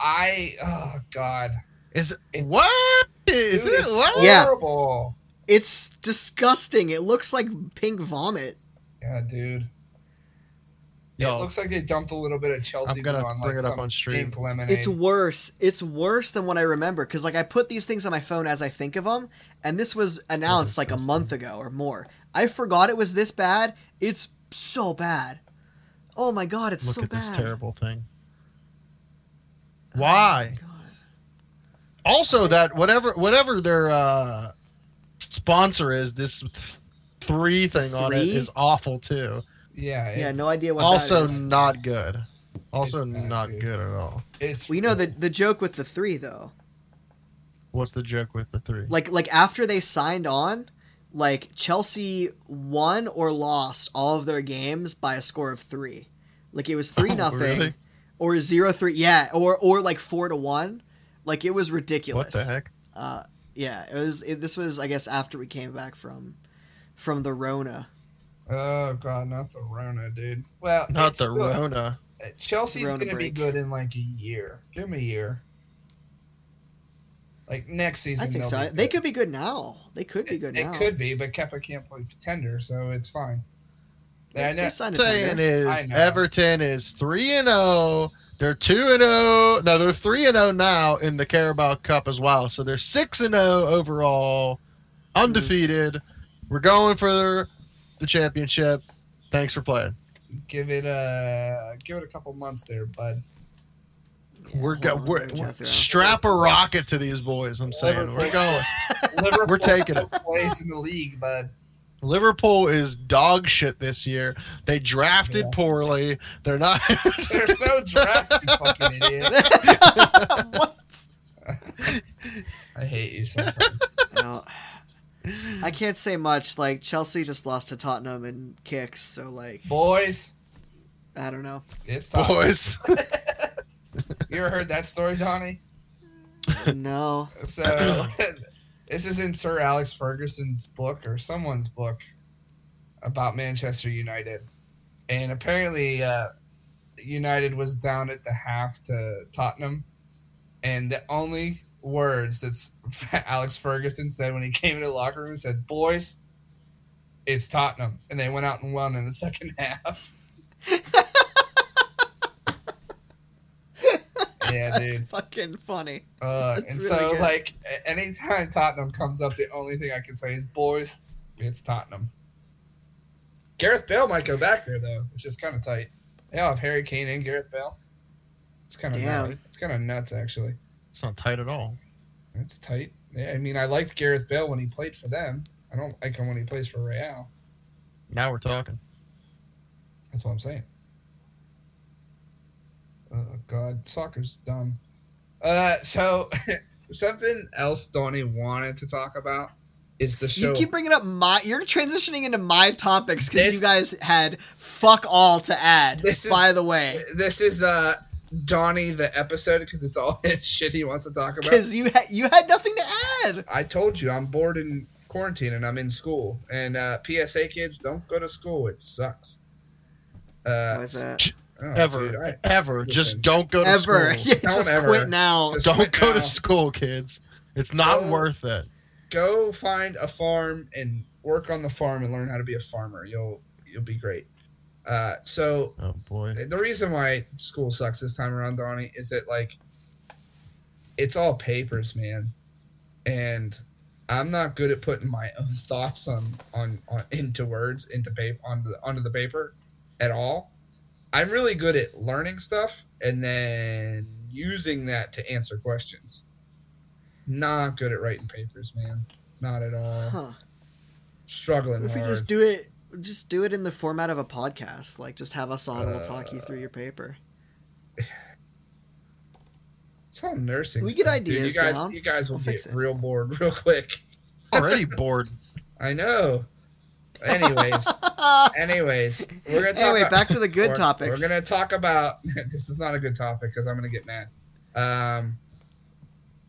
S1: I oh god,
S3: Is it,
S1: It's-
S3: what? Is
S1: Dude,
S3: it what?
S2: Yeah.
S1: horrible.
S2: It's disgusting. It looks like pink vomit.
S1: Yeah, dude. It
S3: Yo,
S1: looks like they dumped a little bit of Chelsea
S3: I'm gonna
S1: blue on
S3: Oh. bring
S1: like
S3: it up
S1: some
S3: on stream.
S1: pink lemonade.
S2: It's worse. It's worse than what I remember because like I put these things on my phone as I think of them, and this was announced like a month ago or more. I forgot it was this bad. It's so bad. Oh my god, it's
S3: look
S2: so
S3: at
S2: bad.
S3: this terrible thing. Why?
S2: God.
S3: Also, that whatever whatever their uh, sponsor is, this th- three thing on it
S2: Three?
S3: is awful too.
S1: yeah, it-
S2: Yeah, no idea what
S3: also,
S2: that is.
S3: not good. Also,
S1: It's bad,
S3: not
S1: dude.
S3: good at all.
S1: It's
S2: We know the the joke with the three though.
S3: What's the joke with the three?
S2: like like after they signed on like chelsea won or lost all of their games by a score of three like it was three
S3: Oh,
S2: nothing
S3: [laughs] really?
S2: or zero three yeah or or like four to one like it was
S3: What
S2: ridiculous
S3: the heck?
S2: uh yeah it was it, this was i guess after we came back from from the rona
S1: Oh god, not the Rona, dude. Well,
S3: Not
S1: it's
S3: the
S1: still-
S3: Rona.
S1: uh, Chelsea's
S2: Rona
S1: gonna be
S2: break.
S1: good in like a year. Give them a year. Like next season,
S2: i think
S1: they'll
S2: so
S1: be
S2: they
S1: good.
S2: could be good now they could be good
S1: It
S2: now
S1: could be, but Keppa can't play contender, so it's fine.
S2: they,
S1: I know-
S2: they signed a
S3: saying
S2: tender.
S3: is
S1: I know.
S3: Everton is three and zero. They're two and zero. No, they're three and zero now in the Carabao Cup as well. So they're six and zero overall, undefeated. We're going for the championship. Thanks for playing.
S1: Give it a give it a couple months there, bud.
S2: Yeah,
S3: we're
S2: hold
S3: go,
S2: on,
S3: we're,
S2: let me
S3: we're-
S2: [laughs] Jethro.
S3: strap a rocket to these boys. I'm saying we're going.
S1: [laughs] Liverpool
S3: We're taking [laughs] it.
S1: place in the league, bud.
S3: Liverpool is dog shit this year. They drafted
S1: Yeah.
S3: poorly. They're not. [laughs]
S1: There's no draft, you fucking idiot.
S2: what? [laughs]
S1: I hate you sometimes.
S2: No, I can't say much. Like Chelsea just lost to Tottenham in kicks, so like
S1: Boys,
S2: I don't
S3: [laughs]
S2: know.
S1: it's time.
S3: boys.
S1: You ever heard that story, Donnie?
S2: No,
S1: So [clears throat] this is in Sir Alex Ferguson's book or someone's book about Manchester United, and apparently uh, United was down at the half to Tottenham, and the only words that [laughs] S- Alex Ferguson said when he came into the locker room said, "Boys, it's Tottenham," and they went out and won in the [laughs] second half. Yeah,
S2: [laughs] that's
S1: dude.
S2: fucking funny.
S1: Uh,
S2: That's
S1: and
S2: really
S1: so,
S2: good.
S1: like, a- anytime Tottenham comes up, the only thing I can say is, boys, it's Tottenham. Gareth Bale might go back there though, which is kind of tight. They all have Harry Kane and Gareth Bale. It's kind of
S2: Damn.
S1: nuts. it's kind of nuts actually.
S3: It's not tight at all.
S1: It's tight. Yeah, I mean, I liked Gareth Bale when he played for them. I don't like him when he plays for Real.
S3: Now we're talking.
S1: That's what I'm saying. Oh God, soccer's dumb. Uh, so [laughs] something else Donnie wanted to talk about is the show.
S2: You keep bringing up my. You're transitioning into my topics because
S1: This-
S2: you guys had fuck all to add.
S1: This is-
S2: By the way,
S1: this is uh Donnie the episode because it's all [laughs] his shit he wants to talk about.
S2: because you had you had nothing to add.
S1: I told you I'm bored in quarantine and I'm in school. And uh, PSA kids, don't go to school. It sucks. Uh,
S2: What's that?
S1: oh,
S3: Ever,
S1: dude, I-
S3: ever.
S1: Listen.
S3: Just don't go to
S2: Ever?
S3: school.
S2: [laughs] Yeah, just
S1: ever.
S2: quit now.
S1: Just
S3: Don't
S1: quit
S3: go to
S1: now.
S3: school, kids. It's not
S1: Go-
S3: worth it.
S1: go find a farm and work on the farm and learn how to be a farmer. You'll you'll be great. Uh, so
S3: Oh
S1: [laughs]
S3: boy.
S1: the reason why school sucks this time around, Donnie, is that like it's all papers, man, and I'm not good at putting my own thoughts on on, on into words into paper onto the, onto the paper at all. I'm really good at learning stuff and then using that to answer questions. Not good at writing papers, man. Not at all.
S2: Huh.
S1: Struggling
S2: What if we
S1: hard.
S2: just do it? Just do it in the format of a podcast. Like, just have us on. and we'll talk you
S1: Uh,
S2: through your paper.
S1: it's all nursing.
S2: We get
S1: stuff, dude.
S2: ideas
S1: You guys,
S2: down.
S1: you guys will
S2: We'll
S1: get
S2: fix it.
S1: real bored [laughs] real quick.
S3: Already bored.
S1: I know.
S2: [laughs]
S1: Anyways, anyways, we're gonna talk
S2: anyway,
S1: about,
S2: back
S1: [laughs]
S2: to the good
S1: we're-
S2: topics.
S1: We're gonna talk about [laughs] this is not a good topic because I'm gonna get mad. Um,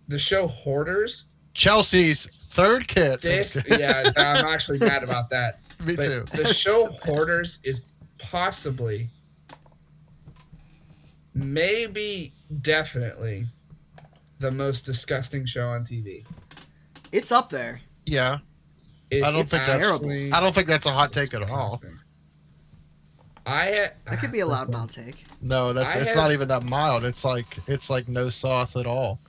S1: the show Hoarders.
S3: Chelsea's third kit. [laughs]
S1: This, yeah, I'm actually mad about that.
S3: Me
S1: But
S3: too.
S1: the
S2: That's
S1: show
S2: so bad.
S1: Hoarders is possibly, maybe, definitely, the most disgusting show on TV.
S2: It's up there.
S3: Yeah.
S1: It's
S3: I don't think that's-
S1: actually
S3: I don't think that's a hot take at all.
S1: disgusting. I ha-
S2: That could be a
S1: Listen.
S2: loudmouth take.
S3: No, that's
S1: I
S3: it's
S1: have-
S3: not even that mild. It's like it's like no sauce at all.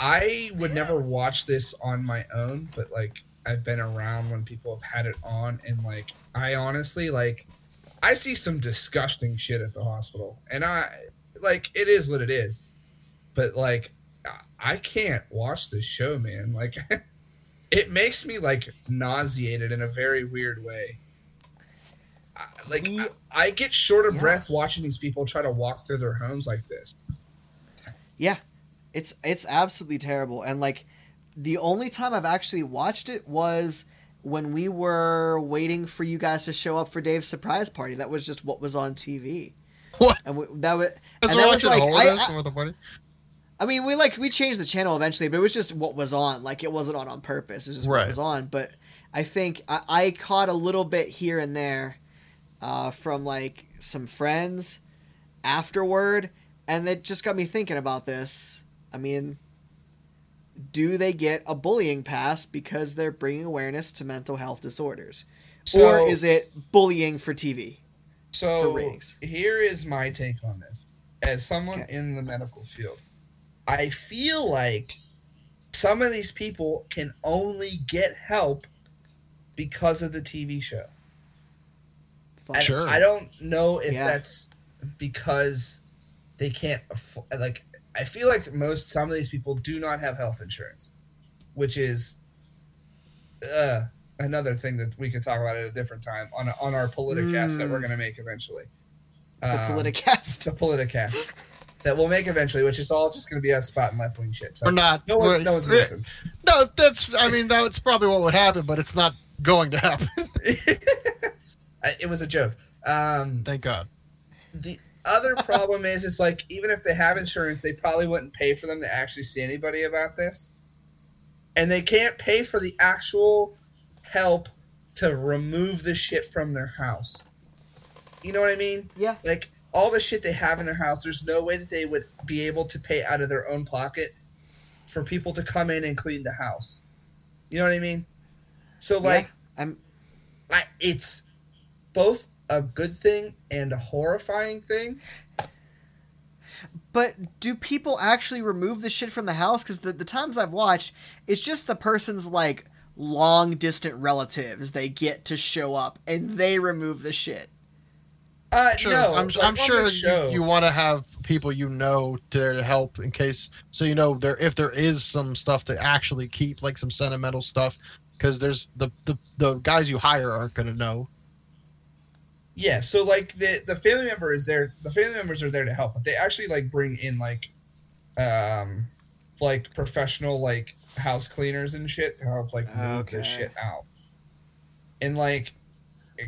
S1: I would never watch this on my own, but like I've been around when people have had it on, and like I honestly like I see some disgusting shit at the hospital, and I like it is what it is, but like I- I can't watch this show, man. Like [laughs] it makes me like nauseated in a very weird way. I, like
S2: We-
S1: I, I get short of
S2: Yeah.
S1: breath watching these people try to walk through their homes like this.
S2: Yeah, it's it's absolutely terrible. And like, the only time I've actually watched it was when we were waiting for you guys to show up for Dave's surprise party. That was just what was on TV.
S3: What?
S2: And we, that was.
S3: As
S2: And
S3: we're
S2: that was
S3: watching
S2: like, I-
S3: Hoarders
S2: I-
S3: with the buddy.
S2: I mean, we like we changed the channel eventually, but it was just what was on. Like it wasn't on on purpose. It was just what
S3: Right.
S2: was on. But I think I, I caught a little bit here and there uh, from like some friends afterward, and it just got me thinking about this. I mean, do they get a bullying pass because they're bringing awareness to mental health disorders, or
S1: So-
S2: is it bullying for TV?
S1: So
S2: for ratings.
S1: here is my take on this. As someone
S2: Okay.
S1: in the medical field, I feel like some of these people can only get help because of the TV show. I,
S2: fun.
S3: Sure.
S1: I don't know if
S2: Yeah.
S1: that's because they can't afford. Like, I feel like most some of these people do not have health insurance, which is uh, another thing that we could talk about at a different time on on our politicast that we're
S2: Mm.
S1: going to make eventually.
S2: The
S1: Um,
S2: politicast. [laughs]
S1: the politicast that we'll make eventually, which is all just going to be us spotting left wing shit. So
S3: We're not.
S1: no one,
S3: we're-
S1: no one's gonna listen.
S3: no, that's. I mean, that's probably what would happen, but it's not going to happen. [laughs]
S1: [laughs] I- it was a joke. Um,
S3: Thank God.
S1: the other problem is it's like even if they have insurance they probably wouldn't pay for them to actually see anybody about this and they can't pay for the actual help to remove the shit from their house you know what i mean
S2: Yeah.
S1: like all the shit they have in their house there's no way that they would be able to pay out of their own pocket for people to come in and clean the house you know what i mean so like
S2: yeah. I'm
S1: I, it's both a good thing and a horrifying thing
S2: But do people actually remove the shit from the house? Because the, the times I've watched, it's just the person's like long distant relatives they get to show up and they remove the shit.
S1: Uh,
S3: Sure.
S1: no,
S3: I'm,
S1: like
S3: I'm
S1: on
S3: sure
S1: the show,
S3: you, you want to have people you know to help in case, so you know there if there is some stuff to actually keep, like some sentimental stuff, because there's the, the the guys you hire aren't gonna know.
S1: yeah. So like the the family member is there. The family members are there to help, but they actually like bring in like, um, like professional like house cleaners and shit to help like move
S2: Okay.
S1: this shit out. And like,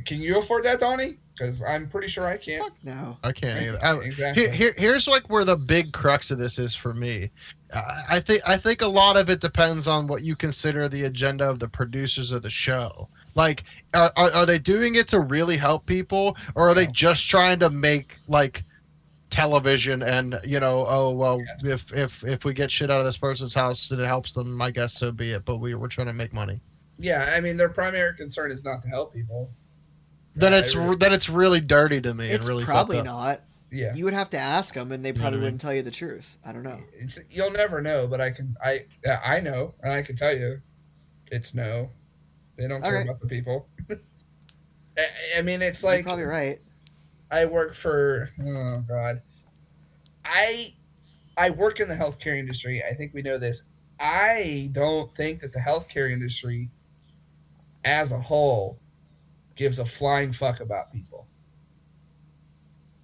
S1: can you afford that, Donnie? Because I'm pretty sure I can't.
S2: Fuck no.
S3: I can't either. I,
S1: exactly.
S3: here, here, here's like where the big crux of this is for me. Uh, I, I think I think a lot of it depends on what you consider the agenda of the producers of the show. Like, are, are, are they doing it to really help people, or are they
S1: No.
S3: just trying to make like television and you know, oh well,
S1: Yes.
S3: if if if we get shit out of this person's house and it helps them, I guess so be it. But we we're trying to make money.
S1: Yeah, I mean their primary concern is not to help people.
S3: Then
S1: Yeah, I
S3: it's
S1: agree.
S3: then it's really dirty to me
S2: It's
S3: and really
S2: probably
S3: fucked up.
S2: not.
S1: Yeah,
S2: You would have to ask them and they
S3: know
S2: probably
S3: what I mean?
S2: wouldn't tell you the truth. I don't know.
S1: it's you'll never know, but I can I yeah, I know and I can tell you, it's no. They don't care
S2: Alright.
S1: about the people. [laughs] I, I mean, it's
S2: You're
S1: like
S2: probably right.
S1: I work for oh god, I I work in the healthcare industry. I think we know this. I don't think that the healthcare industry, as a whole, gives a flying fuck about people.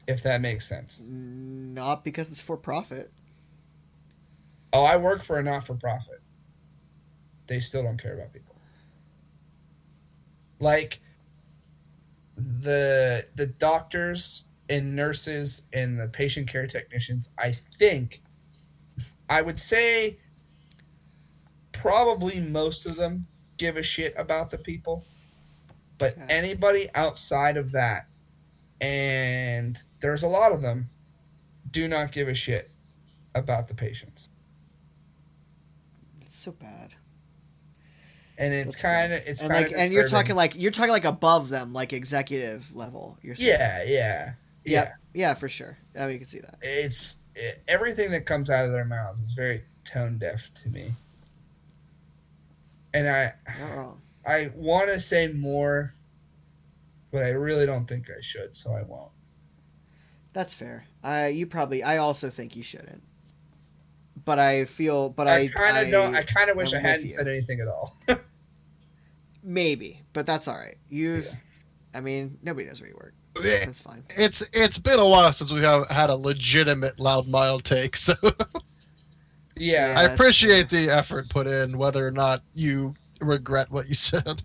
S1: If that makes sense.
S2: Not because it's for profit.
S1: Oh, I work for a not for profit. They still don't care about people. Like the the doctors and nurses and the patient care technicians, I think I would say probably most of them give a shit about the people. But
S2: Yeah.
S1: anybody outside of that and there's a lot of them do not give a shit about the patients.
S2: It's so bad.
S1: and it's
S2: That's
S1: kind of
S2: rough.
S1: it's
S2: and
S1: kind
S2: like
S1: of
S2: and you're talking like you're talking like above them, like executive level. You're saying.
S1: yeah, yeah, yeah.
S2: Yep. Yeah, for sure. I mean, you can see that.
S1: It's it, everything that comes out of their mouths is very tone deaf to me, and I
S2: Not wrong.
S1: I want to say more, but I really don't think I should, so I won't.
S2: That's fair. I you probably I also think you shouldn't. But I feel but I
S1: I kind of don't. I kind of wish
S2: I'm
S1: I hadn't
S2: with you.
S1: said anything at all.
S2: maybe, but that's all right. You've
S1: Yeah. Eh.
S2: I mean, nobody knows where you work.
S3: Yeah.
S2: That's fine. [laughs]
S3: it's it's been a while since we have had a legitimate loud mile take so
S1: Yeah,
S3: i
S2: that's
S3: appreciate the effort put in whether or not you regret what you [laughs] said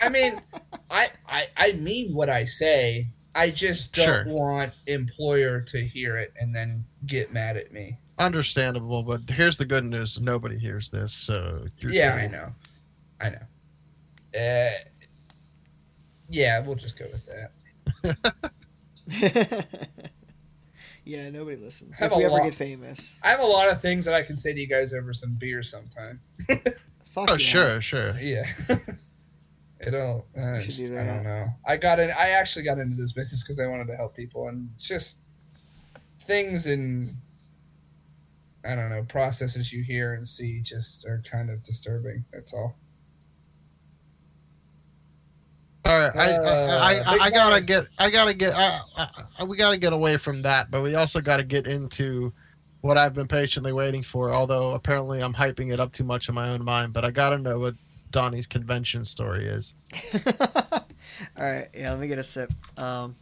S1: I mean, [laughs] I, I I mean what I say. I just don't
S3: Sure.
S1: want employer to hear it and then get mad at me.
S3: understandable but here's the good news nobody hears this so you're
S1: yeah, I
S3: cool.
S1: know. I know. Uh, yeah, we'll just go with that.
S2: yeah, nobody listens.
S1: Have
S2: If we
S1: a
S2: ever
S1: lot-
S2: get famous.
S1: I have a lot of things that I can say to you guys over some beer sometime.
S2: Fuck
S3: oh
S2: yeah.
S3: sure sure
S1: Yeah. [laughs] It'll. Uh,
S2: We should do
S1: I
S2: that.
S1: don't know. I got in. I actually got into this business because I wanted to help people, and it's just things and I don't know processes you hear and see just are kind of disturbing. That's all.
S3: all All right, I
S1: Uh,
S3: I, I, I,
S1: big
S3: I gotta
S1: Mike.
S3: get I gotta get I, I, I- we gotta get away from that, but we also gotta get into what I've been patiently waiting for. Although apparently I'm hyping it up too much in my own mind, but I gotta know what Donnie's convention story is.
S2: [laughs] All right, yeah. Let me get a sip. Um,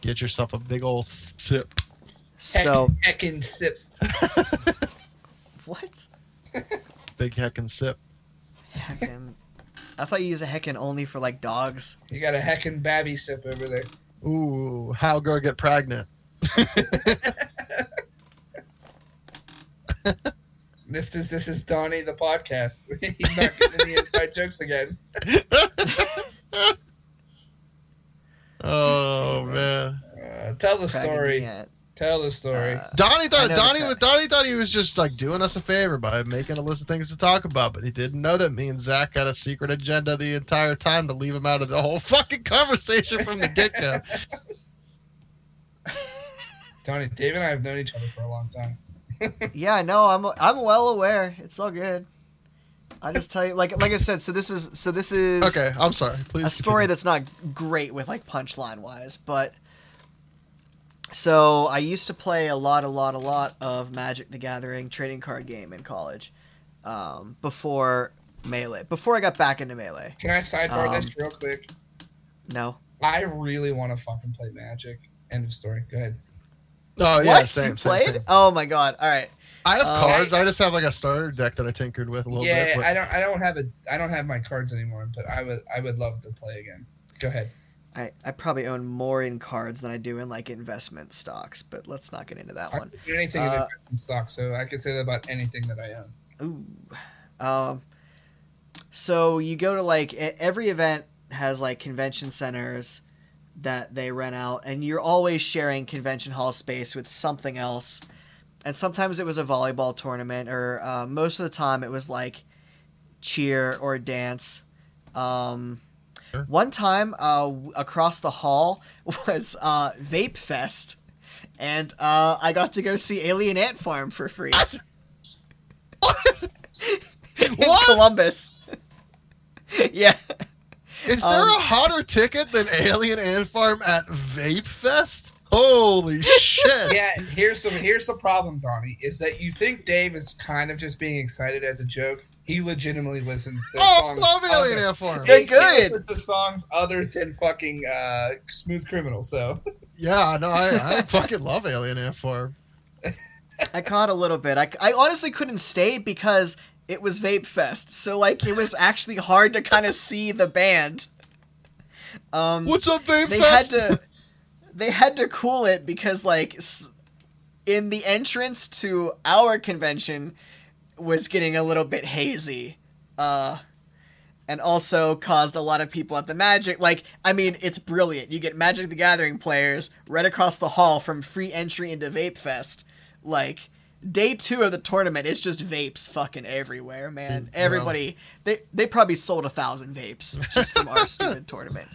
S3: Get yourself a big old sip.
S2: so
S1: Heck and sip.
S2: what?
S3: Big heckin' sip.
S2: Heckin. I thought you use a heckin only for like dogs.
S1: You got a heckin' babby sip over there.
S3: Ooh, how girl get pregnant? [laughs]
S1: This is this is Donnie the podcast. [laughs] He's not getting any inside jokes again.
S3: oh man.
S1: Uh, tell the
S2: Cracking
S1: story.
S2: me at,
S1: Tell the story.
S2: uh,
S3: Donnie
S2: I know
S3: thought
S2: the
S3: Donnie
S2: guy.
S3: was Donnie thought he was just like doing us a favor by making a list of things to talk about, but he didn't know that me and Zach had a secret agenda the entire time to leave him out of the whole [laughs] fucking conversation from the get go.
S1: Donnie, Dave and I have known each other for a long time.
S2: yeah, no, I'm I'm well aware. It's all good. I just tell you, like like I said. So this is so this [laughs] is
S3: okay, I'm sorry. Please.
S2: a story that's not great with like punchline wise, but so I used to play a lot, a lot, a lot of Magic: The Gathering trading card game in college um, before Melee. Before I got back into Melee,
S1: Can I sidebar this
S2: Um,
S1: real quick?
S2: no,
S1: I really want to fucking play Magic. End of story. Go ahead.
S3: that oh, yeah,
S2: what
S3: same,
S2: you
S3: same,
S2: played?
S3: same.
S2: Oh my god! All right,
S3: I have
S2: Uh,
S3: cards. I just have like a starter deck that I tinkered with a little
S1: Yeah,
S3: bit. but-
S1: I don't. I don't have a. I don't have my cards anymore. But I would. I would love to play again. Go ahead.
S2: I I probably own more in cards than I do in like investment stocks, but let's not get into that
S1: I
S2: one.
S1: can do anything in
S2: Uh,
S1: investment stock, so I can say that about anything that I own.
S2: Ooh. Um, so you go to like e- every event has like convention centers that they rent out, and you're always sharing convention hall space with something else. And sometimes it was a volleyball tournament, or uh, most of the time it was like cheer or dance. Um,
S3: Sure.
S2: One time uh, w- across the hall [laughs] was uh, Vape Fest, and uh, I got to go see Alien Ant Farm for
S3: [laughs]
S2: free in
S3: What?
S2: Columbus. [laughs] yeah.
S3: Is there
S2: um,
S3: a hotter ticket than Alien Ant Farm at Vape Fest? Holy shit!
S1: yeah, here's the here's the problem, Donnie, is that you think Dave is kind of just being excited as a joke. He legitimately listens to
S3: oh,
S1: songs.
S3: love
S1: other-
S3: Alien Ant Farm.
S2: They're
S1: He can't
S2: good.
S1: listen to songs other than fucking uh, Smooth Criminal.
S3: [laughs]
S1: So
S3: Yeah, no, I, [laughs] I fucking love Alien Ant Farm.
S2: I caught a little bit. I, I honestly couldn't stay because it was Vape Fest. So, like, it was actually hard to kind of see the band. Um,
S3: What's up, Vape
S2: they had
S3: Fest?
S2: to they had to cool it because like s- in the entrance to our convention was getting a little bit hazy uh and also caused a lot of people at the magic like i mean it's brilliant you get magic the gathering players right across the hall from free entry into vape fest like day two of the tournament it's just vapes fucking everywhere man
S3: Mm, yeah.
S2: everybody they they probably sold a thousand vapes just from our stupid tournament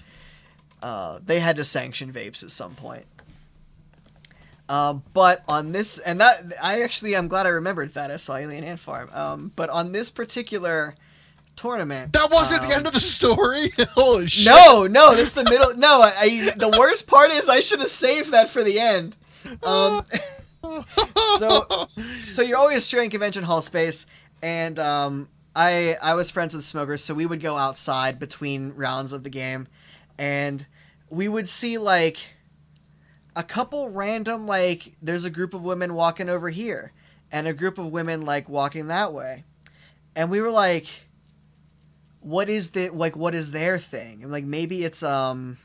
S2: uh, they had to sanction vapes at some point. Uh, but on this, and that I actually I'm glad I remembered that I saw Alien Ant Farm. Um, but on this particular tournament,
S3: that wasn't
S2: um,
S3: the end of the story. [laughs] Holy shit!
S2: No, no, this is the middle. No, I, I the worst part is I should have saved that for the
S3: [laughs]
S2: end.
S3: Oh,
S2: Um, so- so you're always sharing convention hall space and um, I I was friends with smokers so we would go outside between rounds of the game and we would see like a couple random like there's a group of women walking over here and a group of women like walking that way and we were like what is the like what is their thing and like maybe it's um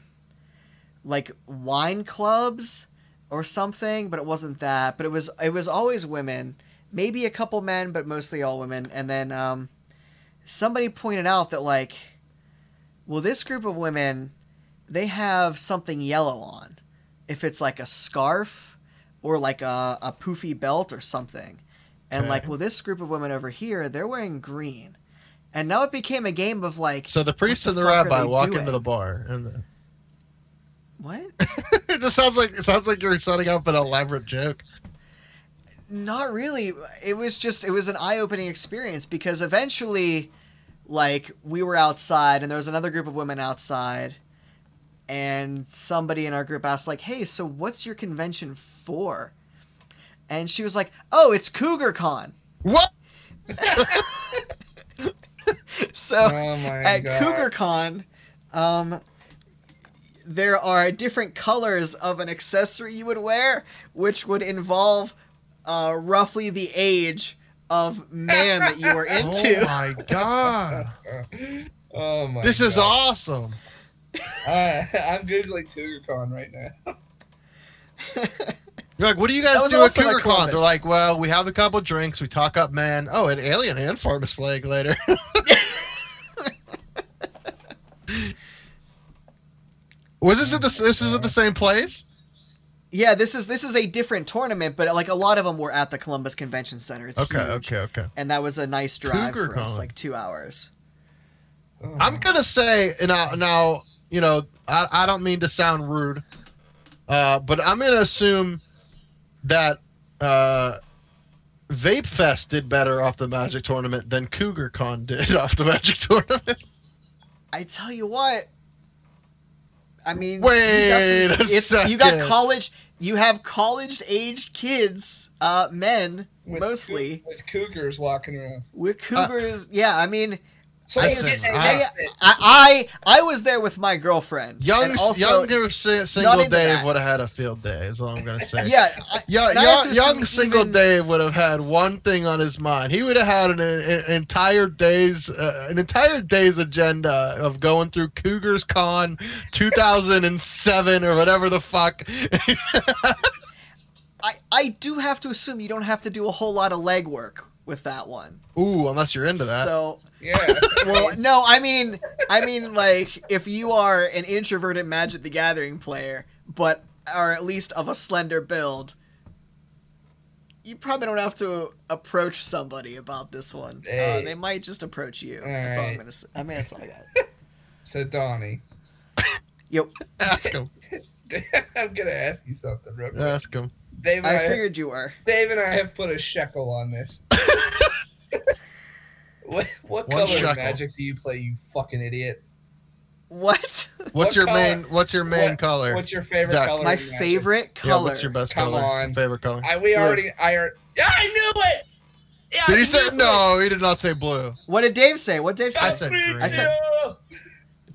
S2: like wine clubs or something, but it wasn't that. But it was it was always women, maybe a couple men, but mostly all women. And then um, somebody pointed out that like, well, this group of women, they have something yellow on, if it's like a scarf or like a, a poofy belt or something, and
S3: Okay.
S2: like, well, this group of women over here, they're wearing green. And now it became a game of like,
S3: So the priest
S2: What
S3: and
S2: the
S3: the
S2: fuck are
S3: rabbi
S2: they
S3: walk
S2: doing?
S3: into the [laughs] bar, and
S2: what?
S3: it just sounds like it sounds like you're setting up an elaborate joke.
S2: not really it was just it was an eye-opening experience because eventually like we were outside and there was another group of women outside and somebody in our group asked like, "Hey, so what's your convention for?" And she was like, "Oh, it's Cougar Con." [laughs]
S3: What?
S2: So
S1: Oh my
S2: at
S1: god.
S2: CougarCon, um, there are different colors of an accessory you would wear, which would involve uh, roughly the age of man that you
S3: [laughs]
S2: were
S3: Oh
S2: into.
S3: my
S1: [laughs]
S3: god.
S1: oh my
S3: This is
S1: God.
S3: awesome.
S1: Uh, I'm googling CougarCon right now.
S3: You're like, what do you
S2: That
S3: guys
S2: was
S3: do at
S2: also at
S3: CougarCon? They're
S2: Columbus.
S3: like, well, we have a couple drinks, we talk up, man. Oh, an alien and farmer's flag later. [laughs] Was this at the this is at the same place?
S2: yeah, this is this is a different tournament, but like a lot of them were at the Columbus Convention Center. It's
S3: Okay,
S2: huge.
S3: okay, okay.
S2: And that was a nice drive for us,
S3: CougarCon.
S2: like two hours.
S1: Oh
S3: I'm
S1: my-
S3: gonna say now now you know I, I don't mean to sound rude, uh, but I'm gonna assume that uh, Vape Fest did better off the Magic tournament than Cougar Con did [laughs] off the Magic tournament.
S2: I tell you what. I mean,
S3: Wait
S2: you got,
S3: a
S2: it's, you got
S3: second.
S2: college. You have college-aged kids, uh, men
S1: With
S2: mostly,
S1: cou- with cougars walking around.
S2: with
S3: Uh,
S2: cougars. yeah, I mean,
S1: So
S3: I
S1: they get
S3: think-
S1: an
S3: I-
S1: outfit.
S2: I, I I was there with my girlfriend.
S3: Young
S2: and also,
S3: younger si-
S2: not
S3: single
S2: into
S3: Dave
S2: that.
S3: would have had a field day. Is all I'm gonna say.
S2: yeah, I,
S3: Yo,
S2: And I have
S3: yo-
S2: to
S3: young
S2: assume
S3: single
S2: even-
S3: Dave would have had one thing on his mind. He would have had an, an entire day's uh, an entire day's agenda of going through Cougars Con 2007 or whatever the fuck. [laughs]
S2: I I do have to assume you don't have to do a whole lot of legwork with that one.
S3: Ooh, unless you're into that.
S2: So,
S1: Yeah.
S2: well, [laughs] no, I mean, I mean, like if you are an introverted Magic the Gathering player, but are at least of a slender build. You probably don't have to approach somebody about this one.
S1: Hey.
S2: Uh, they might just approach you. that's all I'm
S1: Alright.
S2: gonna say. I mean, that's
S3: [laughs]
S2: all I got.
S1: so Donnie, [laughs]
S2: Yep,
S3: [laughs] ask him.
S1: I'm gonna ask you something real quick.
S3: Ask him.
S1: Dave, and
S2: I
S1: I-
S2: figured you were.
S1: Dave and I have put a shekel on
S3: [laughs]
S1: this. [laughs] what what
S3: One
S1: color
S3: shekel.
S1: of magic do you play, you fucking idiot? [laughs]
S2: What?
S3: What's
S1: What
S3: your
S1: color-
S3: main What's your main
S1: what-
S3: color?
S1: What's your favorite
S3: Duck.
S1: color?
S2: My
S1: of Magic?
S2: favorite
S3: yeah,
S2: color.
S3: what's your best
S1: Come
S3: color?
S1: on.
S3: Favorite color?
S1: I we
S2: Blue.
S1: already I ar- yeah, I knew it. Yeah,
S3: did
S1: I
S3: he say
S1: knew it!
S3: no? He did not say blue.
S2: What did Dave say? What did Dave
S1: I
S2: say?
S1: said,
S3: green.
S2: I said-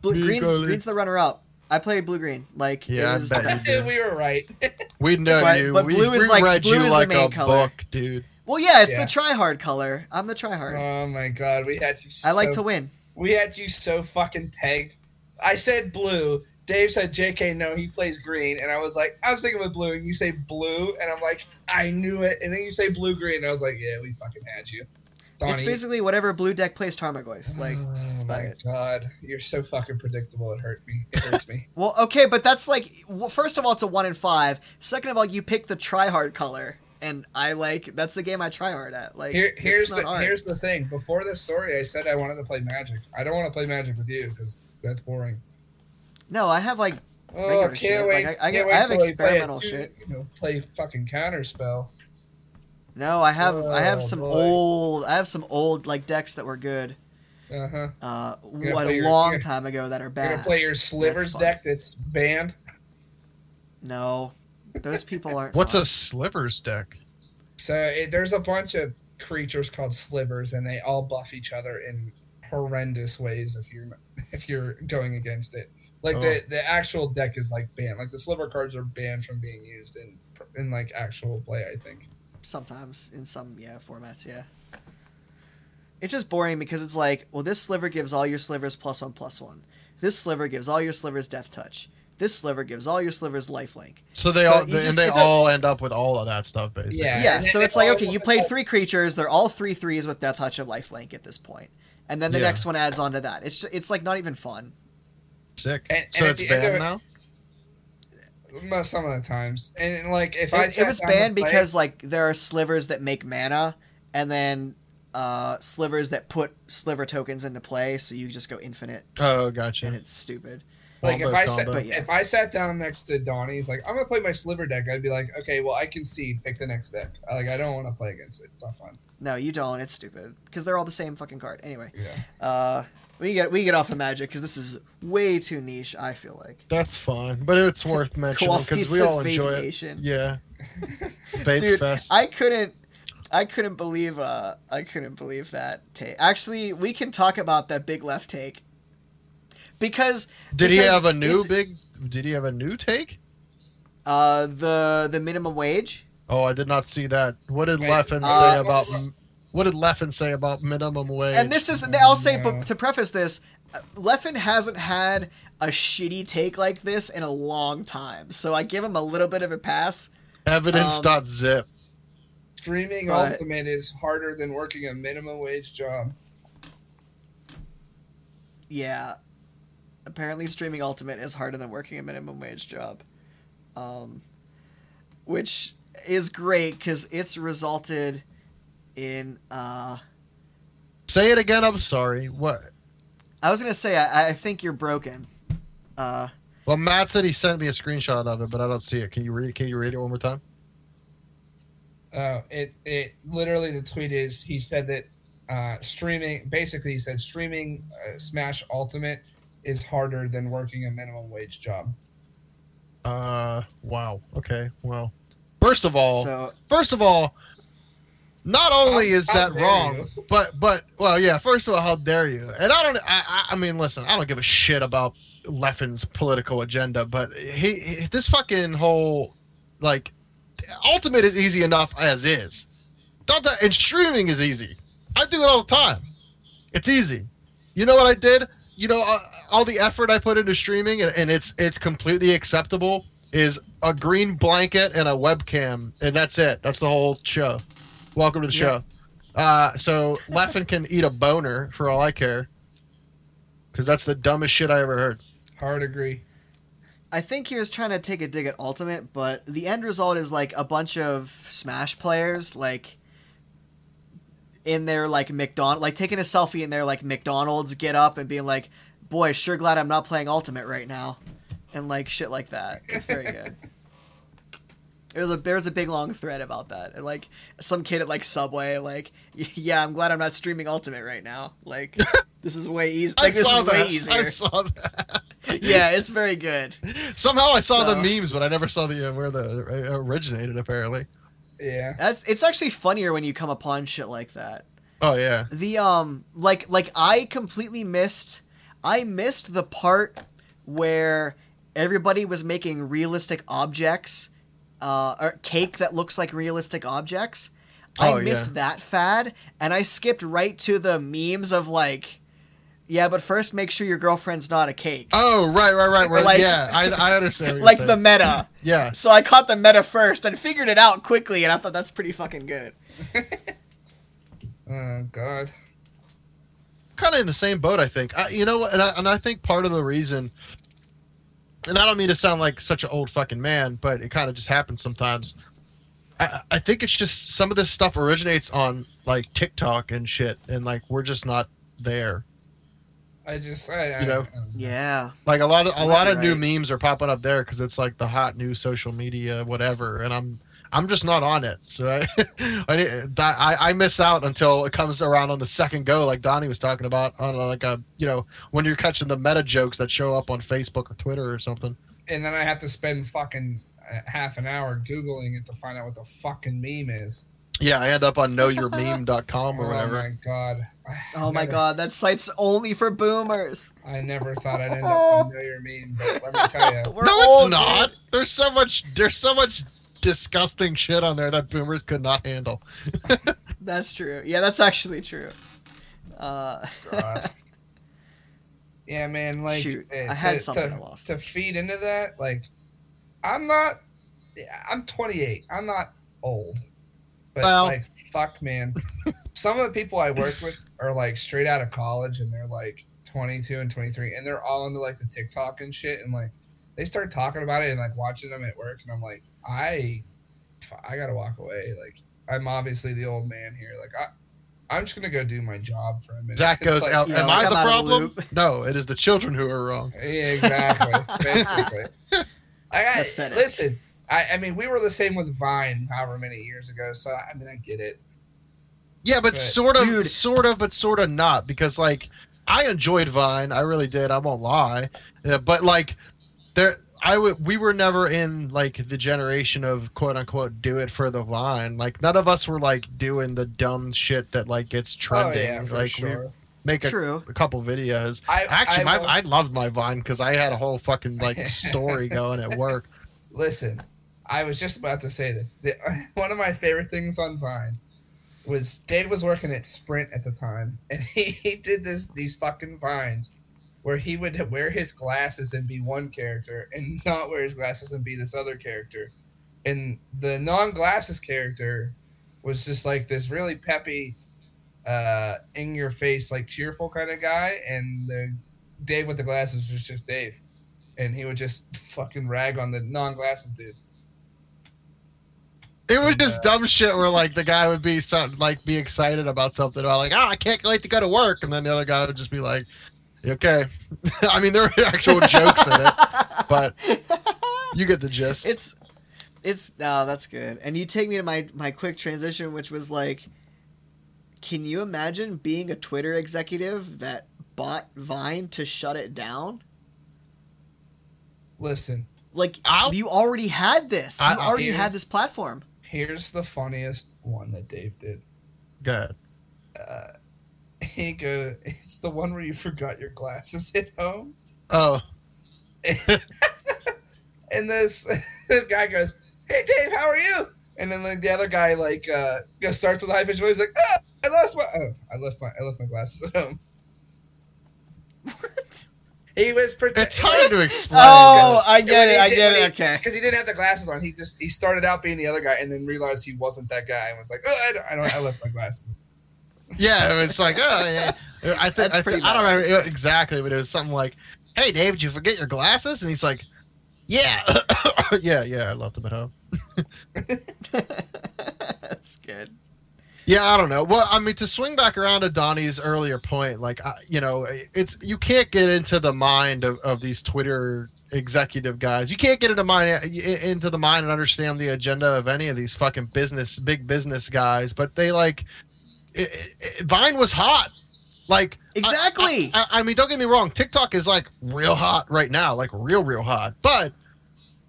S2: Blue,
S3: Blue
S2: green's,
S3: color.
S2: green's the runner up. I play blue green. Like
S3: Yeah, I
S2: it is
S3: bet
S2: the
S3: you
S2: best.
S1: [laughs]
S3: do.
S1: we were right.
S3: We know
S2: But-
S3: you.
S2: but
S3: we,
S2: blue is
S3: we
S2: like-
S3: read
S2: blue
S3: you
S2: is the
S3: like a
S2: main color.
S3: book, dude.
S2: Well, yeah, it's
S1: Yeah.
S2: the try hard color. I'm the try hard.
S1: oh my god, we had you. So,
S2: I like to win.
S1: We had you so fucking pegged. I said blue. Dave said JK. No, he plays green, and I was like, I was thinking with blue, and you say blue, and I'm like, I knew it. And then you say blue green, and I was like, yeah, we fucking had you.
S2: It's
S1: Donnie.
S2: basically whatever blue deck plays Tarmogoyf. Like,
S1: oh
S2: that's about
S1: my
S2: it.
S1: god, you're so fucking predictable. It hurt me. It hurts me.
S2: well, okay, but that's like, well, first of all, it's a one in five. Second of all, you pick the try hard color, and I like that's the game I try hard at. [laughs] Like,
S1: Here,
S2: it's
S1: here's
S2: not
S1: the
S2: hard.
S1: here's the thing. Before this story, I said I wanted to play Magic. I don't want to play Magic with you because that's boring.
S2: no, I have like
S1: Oh,
S2: Regular
S1: can't
S2: shit.
S1: wait!
S2: Like, I- I-
S1: can't
S2: I
S1: wait
S2: have
S1: till play
S2: experimental
S1: it, dude.
S2: shit.
S1: You know, play fucking counter spell.
S2: no, I have I
S1: Oh,
S2: have some
S1: boy.
S2: old I have some old like decks that were good.
S1: Uh huh.
S2: uh,
S1: gonna
S2: what
S1: play
S2: a
S1: your-
S2: long
S1: you're-
S2: time ago that are
S1: You're
S2: bad.
S1: gonna play your slivers
S2: fun.
S1: deck that's banned.
S2: No, those people aren't.
S3: What's
S2: fun.
S3: a slivers deck?
S1: So it, there's a bunch of creatures called slivers, and they all buff each other in horrendous ways. If you're if you're going against it, like the
S2: Oh.
S1: the actual deck is like banned. Like the sliver cards are banned from being used in in like actual play. I think.
S2: sometimes in some yeah formats yeah. It's just boring because it's like, well, this sliver gives all your slivers plus one plus one. This sliver gives all your slivers death touch. This sliver gives all your slivers lifelink.
S3: So they
S2: So
S3: all
S2: you
S3: they, and
S2: just-
S3: they
S2: it does-
S3: all end up with all of that stuff basically.
S1: Yeah,
S2: Yeah,
S1: and
S2: so
S1: then
S2: it's like,
S1: all-
S2: okay, you played three creatures. They're all three threes with death touch and lifelink at this point. And then the
S3: Yeah.
S2: next one adds on to that. It's just, it's like not even fun.
S3: Sick.
S1: And-
S3: so
S1: and at
S3: it's
S1: the end of
S3: banned
S1: it-
S3: now.
S1: Most some of the times, and like if I
S2: it, it
S1: sat
S2: was
S1: down to
S2: banned
S1: play-
S2: because like there are slivers that make mana and then uh slivers that put sliver tokens into play so you just go infinite
S3: Oh,
S2: and
S3: gotcha.
S2: it's stupid
S1: Like if
S3: Wombo
S1: I sat,
S3: combo.
S2: But yeah.
S1: if I sat down next to Donnie's, like I'm gonna play my sliver deck, I'd be like, okay, well I can see, pick the next deck. I- Like I don't want to play against it. It's not fun.
S2: No, you don't. It's stupid because they're all the same fucking card. Anyway,
S1: Yeah.
S2: uh, we get we get off of Magic because this is way too niche. I feel like
S3: That's fine, but it's
S2: [laughs]
S3: worth mentioning
S2: Kowalski
S3: because we
S2: says
S3: all enjoy it.
S2: vacation. [laughs]
S3: Yeah, Vape
S2: Dude,
S3: Fest.
S2: I couldn't. I couldn't believe uh I couldn't believe that take. Actually, we can talk about that big left take. Because
S3: did he
S2: because
S3: have a new
S2: it's-
S3: big? Did he have a new take?
S2: uh the the minimum wage
S3: Oh, I did not see that. What did
S1: Wait,
S3: Leffen
S2: uh,
S3: say about?
S1: it's-
S3: What did Leffen say about minimum wage?
S2: and this is i'll say
S1: Yeah.
S2: but to preface this uh, leffen hasn't had a shitty take like this in a long time so i give him a little bit of a pass
S3: Evidence
S2: um,
S3: dot zip.
S1: Streaming
S2: But-
S1: Ultimate is harder than working a minimum wage job.
S2: yeah apparently streaming ultimate is harder than working a minimum wage job um, which is great because it's resulted in uh,
S3: Say it again. I'm sorry. What?
S2: i was gonna say i, I think you're broken uh,
S3: Well, Matt said he sent me a screenshot of it, but I don't see it. Can you read? Can you read it one more time?
S1: Uh, it it literally the tweet is he said that uh, streaming basically he said streaming uh, Smash Ultimate is harder than working a minimum wage job.
S3: Uh, wow. Okay. Well, first of all,
S2: so
S3: first of all, not only
S1: How-
S3: is
S1: how
S3: that
S1: dare
S3: wrong,
S1: you.
S3: but but well, yeah. First of all, how dare you? And I don't. I I- I mean, listen. I don't give a shit about Leffen's political agenda, but he, he this fucking whole like ultimate is easy enough as is. Don't that- and streaming is easy. I do it all the time. It's easy. You know what I did? You know uh, all the effort I put into streaming, and, and it's it's completely acceptable. Is a green blanket and a webcam, and that's it. That's the whole show. Welcome to the
S2: Yeah.
S3: show. Uh, so Leffen can eat a boner for all I care, because that's the dumbest shit I ever heard.
S1: Hard agree.
S2: I think he was trying to take a dig at Ultimate, but the end result is like a bunch of Smash players like in their like McDonald, like taking a selfie in their like McDonald's get up and being like, "Boy, sure glad I'm not playing Ultimate right now," and like shit like that. It's
S3: [laughs]
S2: very good. It was a there was a big long thread about that, and like some kid at like Subway, like, "Yeah, I'm glad I'm not streaming Ultimate right now. Like,
S3: [laughs]
S2: this is way easy. Like,
S3: I
S2: this
S3: saw
S2: is way
S3: that. I
S2: easier.
S3: saw that.
S2: [laughs] yeah, it's very good."
S3: Somehow I saw the
S2: So-
S3: memes, but I never saw the uh, where the uh, originated. Apparently.
S1: Yeah.
S2: That's it's actually funnier when you come upon shit like that.
S3: Oh yeah.
S2: The um like like I completely missed I missed the part where everybody was making realistic objects uh or cake that looks like realistic objects.
S3: Oh,
S2: I missed
S3: yeah.
S2: that fad and I skipped right to the memes of like yeah, but first make sure your girlfriend's not a cake.
S3: Oh right, right, right. right.
S2: Like-
S3: yeah, I, I understand. What
S2: like
S3: you're
S2: the
S3: saying. [laughs]
S2: meta.
S3: yeah.
S2: So I caught the meta first and figured it out quickly and I thought that's pretty fucking good.
S1: Oh God.
S3: kind of in the same boat, I think. I, you know, what, and I, and I think part of the reason, and I don't mean to sound like such an old fucking man, but it kind of just happens sometimes. I, I think it's just some of this stuff originates on like TikTok and shit, and like we're just not there.
S1: I just I, I,
S3: You know.
S1: I-
S2: Yeah.
S3: Like a lot of a
S2: You might
S3: lot
S2: be
S3: of new
S2: right.
S3: memes are popping up there because it's like the hot new social media, whatever, and I'm. I'm just not on it, so I, I [laughs] di- I I miss out until it comes around on the second go, like Donnie was talking about on uh, like a you know when you're catching the meta jokes that show up on Facebook or Twitter or something.
S1: and then I have to spend fucking uh, half an hour googling it to find out what the fucking meme is.
S3: Yeah, I end up on knowyourmeme.com
S1: [laughs]
S3: or
S1: Oh
S3: whatever.
S1: my god.
S2: Oh my
S1: Never-
S2: god, that site's only for boomers.
S1: I never thought I'd end up on know your meme, but let me tell
S2: [laughs]
S1: you.
S2: We're
S3: no,
S2: old,
S3: it's not.
S2: dude.
S3: There's so much. There's so much disgusting shit on there that boomers could not handle.
S2: That's true. Yeah, that's actually true. Uh, [laughs]
S1: God. yeah, man. Like,
S2: Shoot,
S1: eh,
S2: I had
S1: to-
S2: something
S1: to-
S2: I lost.
S1: To feed into that, like, I'm not. yeah, I'm 28. I'm not old, but
S3: Well.
S1: like, fuck,
S3: [laughs]
S1: man. Some of the people I work with are like straight out of college, and they're like 22 and 23, and they're all into like the TikTok and shit, and like, they start talking about it and like watching them at work, and I'm like, I, I gotta walk away. Like, I'm obviously the old man here. Like, I, I'm just gonna go do my job for a minute. [laughs]
S3: Zach
S1: It's
S3: goes
S1: like-
S3: out.
S2: yeah,
S3: Am
S2: like
S3: I
S2: I'm out of
S3: the
S2: the
S3: problem?
S2: loop.
S3: no, it is the children who are wrong.
S1: Yeah, exactly. Basically. Like, I,
S2: Pathetic.
S1: listen, I, I mean, we were the same with Vine however many years ago, so I mean, I get it.
S3: Yeah, but
S1: Right.
S3: sort of,
S2: Dude.
S3: sort of, but sort of not because like I enjoyed Vine, I really did. I won't lie, yeah, but like there, I would. We were never in like the generation of quote unquote do it for the Vine. Like none of us were like doing the dumb shit that like gets trending.
S1: oh, yeah, for
S3: like we
S1: sure.
S3: make a,
S2: True. [laughs]
S3: a couple videos.
S1: I,
S3: Actually, my,
S1: will-
S3: I loved my Vine because I had a whole
S1: [laughs]
S3: fucking like story going at work.
S1: Listen, I was just about to say this. The, [laughs] one of my favorite things on Vine was Dave was working at Sprint at the time, and [laughs] he, he did this these fucking vines where he would wear his glasses and be one character, and not wear his glasses and be this other character. And the non-glasses character was just like this really peppy, uh, in-your-face, like cheerful kind of guy, and the Dave with the glasses was just Dave and he would just [laughs] fucking rag on the non-glasses dude.
S3: It was
S1: And,
S3: just dumb shit where like the guy would be something like be excited about something about like ah I can't wait to go to work and then the other guy would just be like "You okay [laughs] I mean there were actual jokes in it but you get the gist
S2: it's it's no, that's good. And you take me to my my quick transition, which was like, can you imagine being a Twitter executive that bought Vine to shut it down?
S1: Listen,
S2: Like
S3: I'll-
S2: you already had this. You
S3: I- I'll-
S2: already had this platform. [laughs]
S1: here's the funniest one that Dave did.
S3: good
S1: Uh, he go, [laughs] it's the one where you forgot your glasses at home,
S3: oh
S1: and this [laughs] the guy goes, "Hey Dave, how are you?" And then like, the other guy like uh, just starts with a high pitched voice like, ah, "I lost my, oh, I left my, I left my glasses at home."
S2: What?
S1: He [laughs] was
S3: it's
S1: protecting.
S3: hard to explain
S2: Oh, [laughs] I
S1: when
S2: get it.
S1: he
S2: I
S1: did-
S2: get
S1: when
S2: it.
S1: he-
S2: Okay.
S1: Because he didn't have the glasses on, he just he started out being the other guy, and then realized he wasn't that guy, and was like, oh, I don't, I, don't, I left my glasses.
S3: good. yeah it was like oh yeah I think
S2: That's
S3: I,
S2: pretty
S3: think, I don't
S2: bad.
S3: remember exactly but it was something like hey Dave did you forget your glasses and he's like yeah [coughs] yeah yeah I left them at home
S2: [laughs] That's good.
S3: Yeah, I don't know. Well, I mean, to swing back around to Donnie's earlier point, like I, you know, it's you can't get into the mind of, of these Twitter executive guys. You can't get into mind into the mind and understand the agenda of any of these fucking business big business guys. But they like it, it- it- Vine was hot, like
S2: Exactly.
S3: I, I mean, don't get me wrong. TikTok is like real hot right now, like real, real hot. But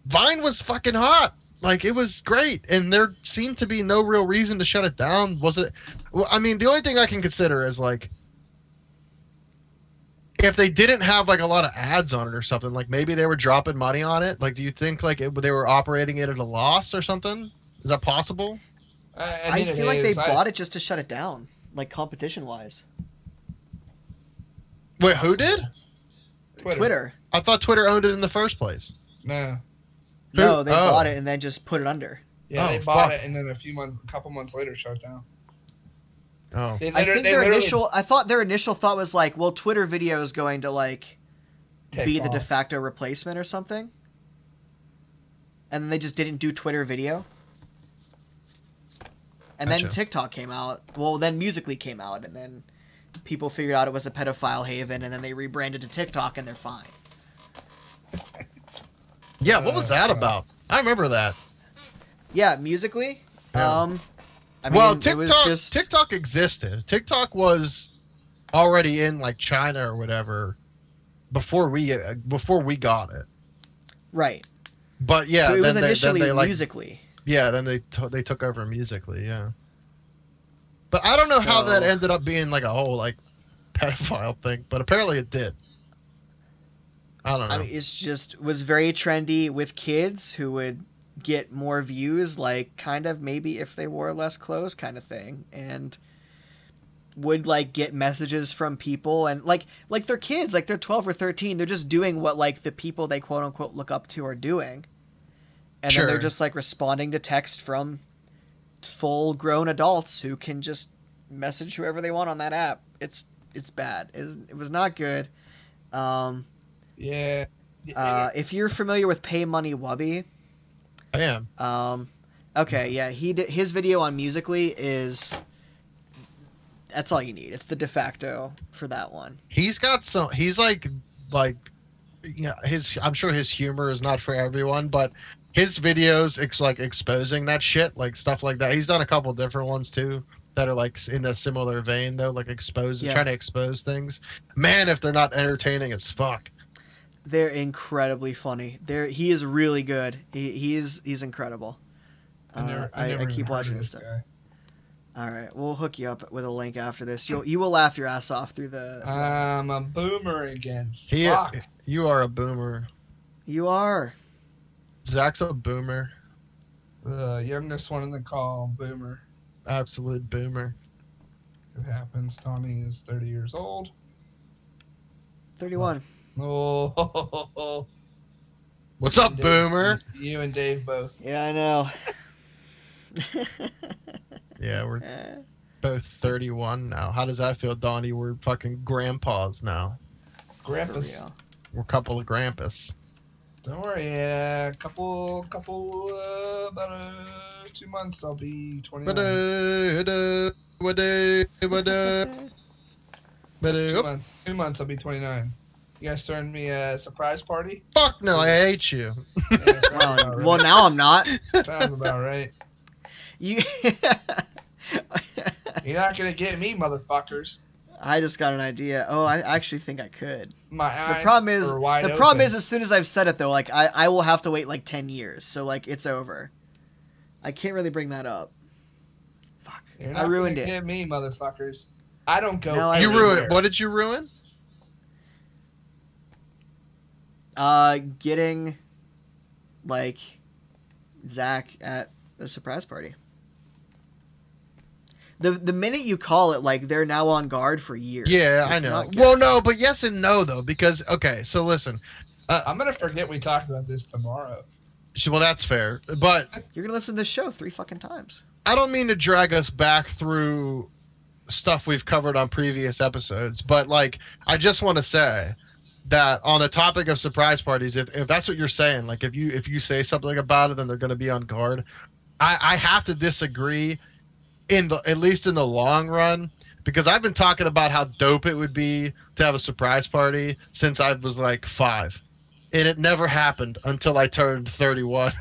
S3: Vine was fucking hot. Like it was great, and there seemed to be no real reason to shut it down. Was it? Well, I mean, the only thing I can consider is like if they didn't have like a lot of ads on it or something. Like maybe they were dropping money on it. Like, do you think like it, they were operating it at a loss or something? Is that possible?
S1: I,
S2: I, feel like they bought it just to shut it down, like competition wise.
S3: Wait, who did?
S2: Twitter.
S3: I thought Twitter owned it in the first place.
S1: No.
S3: Who-
S2: No, they
S3: oh.
S2: bought it and then just put it under.
S1: Yeah,
S3: Oh,
S1: they bought
S3: fuck.
S1: it, and then a few months, a couple months later, shut down.
S3: Oh,
S1: They
S2: I
S1: liter-
S2: think
S1: they
S2: their
S1: literally
S2: initial I thought their initial thought was like, well, Twitter video is going to like
S1: take
S2: be the de
S1: off.
S2: facto replacement or something. And then they just didn't do Twitter video. And then
S3: Gotcha.
S2: TikTok came out. Well, then Musically came out and then people figured out it was a pedophile haven and then they rebranded to TikTok and they're fine.
S3: yeah. What was
S1: Uh,
S3: that
S1: uh.
S3: about? I remember that.
S2: Yeah, Musically.
S3: Yeah.
S2: Um I mean,
S3: well,
S2: it
S3: TikTok
S2: was just
S3: TikTok existed. TikTok was already in like China or whatever before we uh, before we got it.
S2: right.
S3: But yeah,
S2: so it
S3: then
S2: was
S3: they,
S2: initially
S3: then they, like,
S2: Musically.
S3: Yeah, then they to they took over musically. Yeah, but I don't know how that
S2: So-
S3: ended up being like a whole like [laughs] pedophile thing, but apparently it did. I don't know.
S2: I mean, it's just was very trendy with kids who would get more views, like kind of maybe if they wore less clothes, kind of thing, and would like get messages from people and like like they're kids, like they're twelve or thirteen, they're just doing what like the people they quote unquote look up to are doing, and then
S3: Sure.
S2: they're just like responding to text from full grown adults who can just message whoever they want on that app. It's it's bad. It's, it was not good. Um,
S1: Yeah.
S2: uh, if you're familiar with Pay Money Wubby,
S3: I am.
S2: um, okay, yeah, he did, his video on Musically is that's all you need. It's the de facto for that one.
S3: He's got some. He's like like you know his. I'm sure his humor is not for everyone, but his videos it's like exposing that shit, like stuff like that. He's done a couple different ones too that are like in a similar vein though, like expose
S2: Yeah.
S3: trying to expose things. Man, if they're not entertaining as fuck.
S2: They're incredibly funny. They're he is really good. He, he is he's incredible. Uh, I,
S1: never-
S2: I,
S1: never even
S2: keep
S1: heard of
S2: watching
S1: this
S2: this stuff.
S1: guy.
S2: All right, we'll hook you up with a link after this. You'll you will laugh your ass off through the.
S1: I'm a boomer again.
S3: He,
S1: Fuck.
S3: you are a boomer.
S2: you are.
S3: Zach's a boomer.
S1: The youngest one in the call, boomer.
S3: Absolute boomer.
S1: It happens. Tawny is 30 years old. [laughs]
S2: 31.
S1: Oh, ho, ho, ho, ho.
S3: What's up,
S1: Dave,
S3: boomer?
S1: You and Dave both.
S2: Yeah, I know. [laughs]
S3: Yeah, we're both 31 now. How does that feel, Donnie? We're fucking grandpas now.
S2: For
S1: Grandpa's.
S2: real.
S3: We're a couple of grandpas.
S1: Don't worry. A couple, couple, uh, about uh, two months, I'll be 21.
S3: uh, Ba-da, da, wa-da, wa-da,
S1: uh,
S2: [laughs]
S1: two,
S3: ba-da. Oh,
S1: months, two months, I'll be 29. You guys throwing me a surprise party?
S3: Fuck no, I hate you.
S1: Yeah, sounds about
S2: well,
S1: right.
S2: well, now I'm not.
S1: Sounds
S2: [laughs]
S1: about right.
S2: You. [laughs]
S1: You're not going to get me, motherfuckers.
S2: I just got an idea. Oh, I actually think I could.
S1: My
S2: The
S1: eyes
S2: problem is,
S1: are wide
S2: the problem
S1: open.
S2: is, as soon as I've said it though, like I, I will have to wait like ten years. So like it's over. I can't really bring that up. Fuck,
S1: You're
S2: I
S1: not
S2: ruined
S1: gonna
S2: it.
S1: Get me, motherfuckers. I don't go.
S2: No, [laughs] I
S3: You
S2: ruined
S1: everywhere.
S3: ruined. What did you ruin?
S2: Uh, getting like Zach at a surprise party. The the minute you call it, like they're now on guard for years.
S3: Yeah, I
S2: It's
S3: know.
S2: not good.
S3: Well, no, but yes and no though, because okay, so listen.
S1: I'm gonna forget we talked about this tomorrow.
S3: Sh- Well, that's fair, but
S2: You're gonna listen to this show three fucking times.
S3: I don't mean to drag us back through stuff we've covered on previous episodes, but like I just want to say that on the topic of surprise parties, if, if that's what you're saying, like if you if you say something about it, then they're going to be on guard. I, I have to disagree in the at least in the long run because I've been talking about how dope it would be to have a surprise party since I was like five, and it never happened until I turned 31.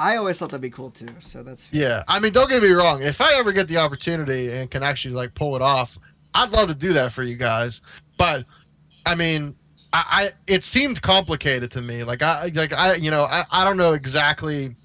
S2: I always thought that'd be cool too. So that's
S3: Yeah, I mean, don't get me wrong. If I ever get the opportunity and can actually like pull it off, I'd love to do that for you guys. But I mean, I, I it seemed complicated to me. Like I like I you know I, I don't know exactly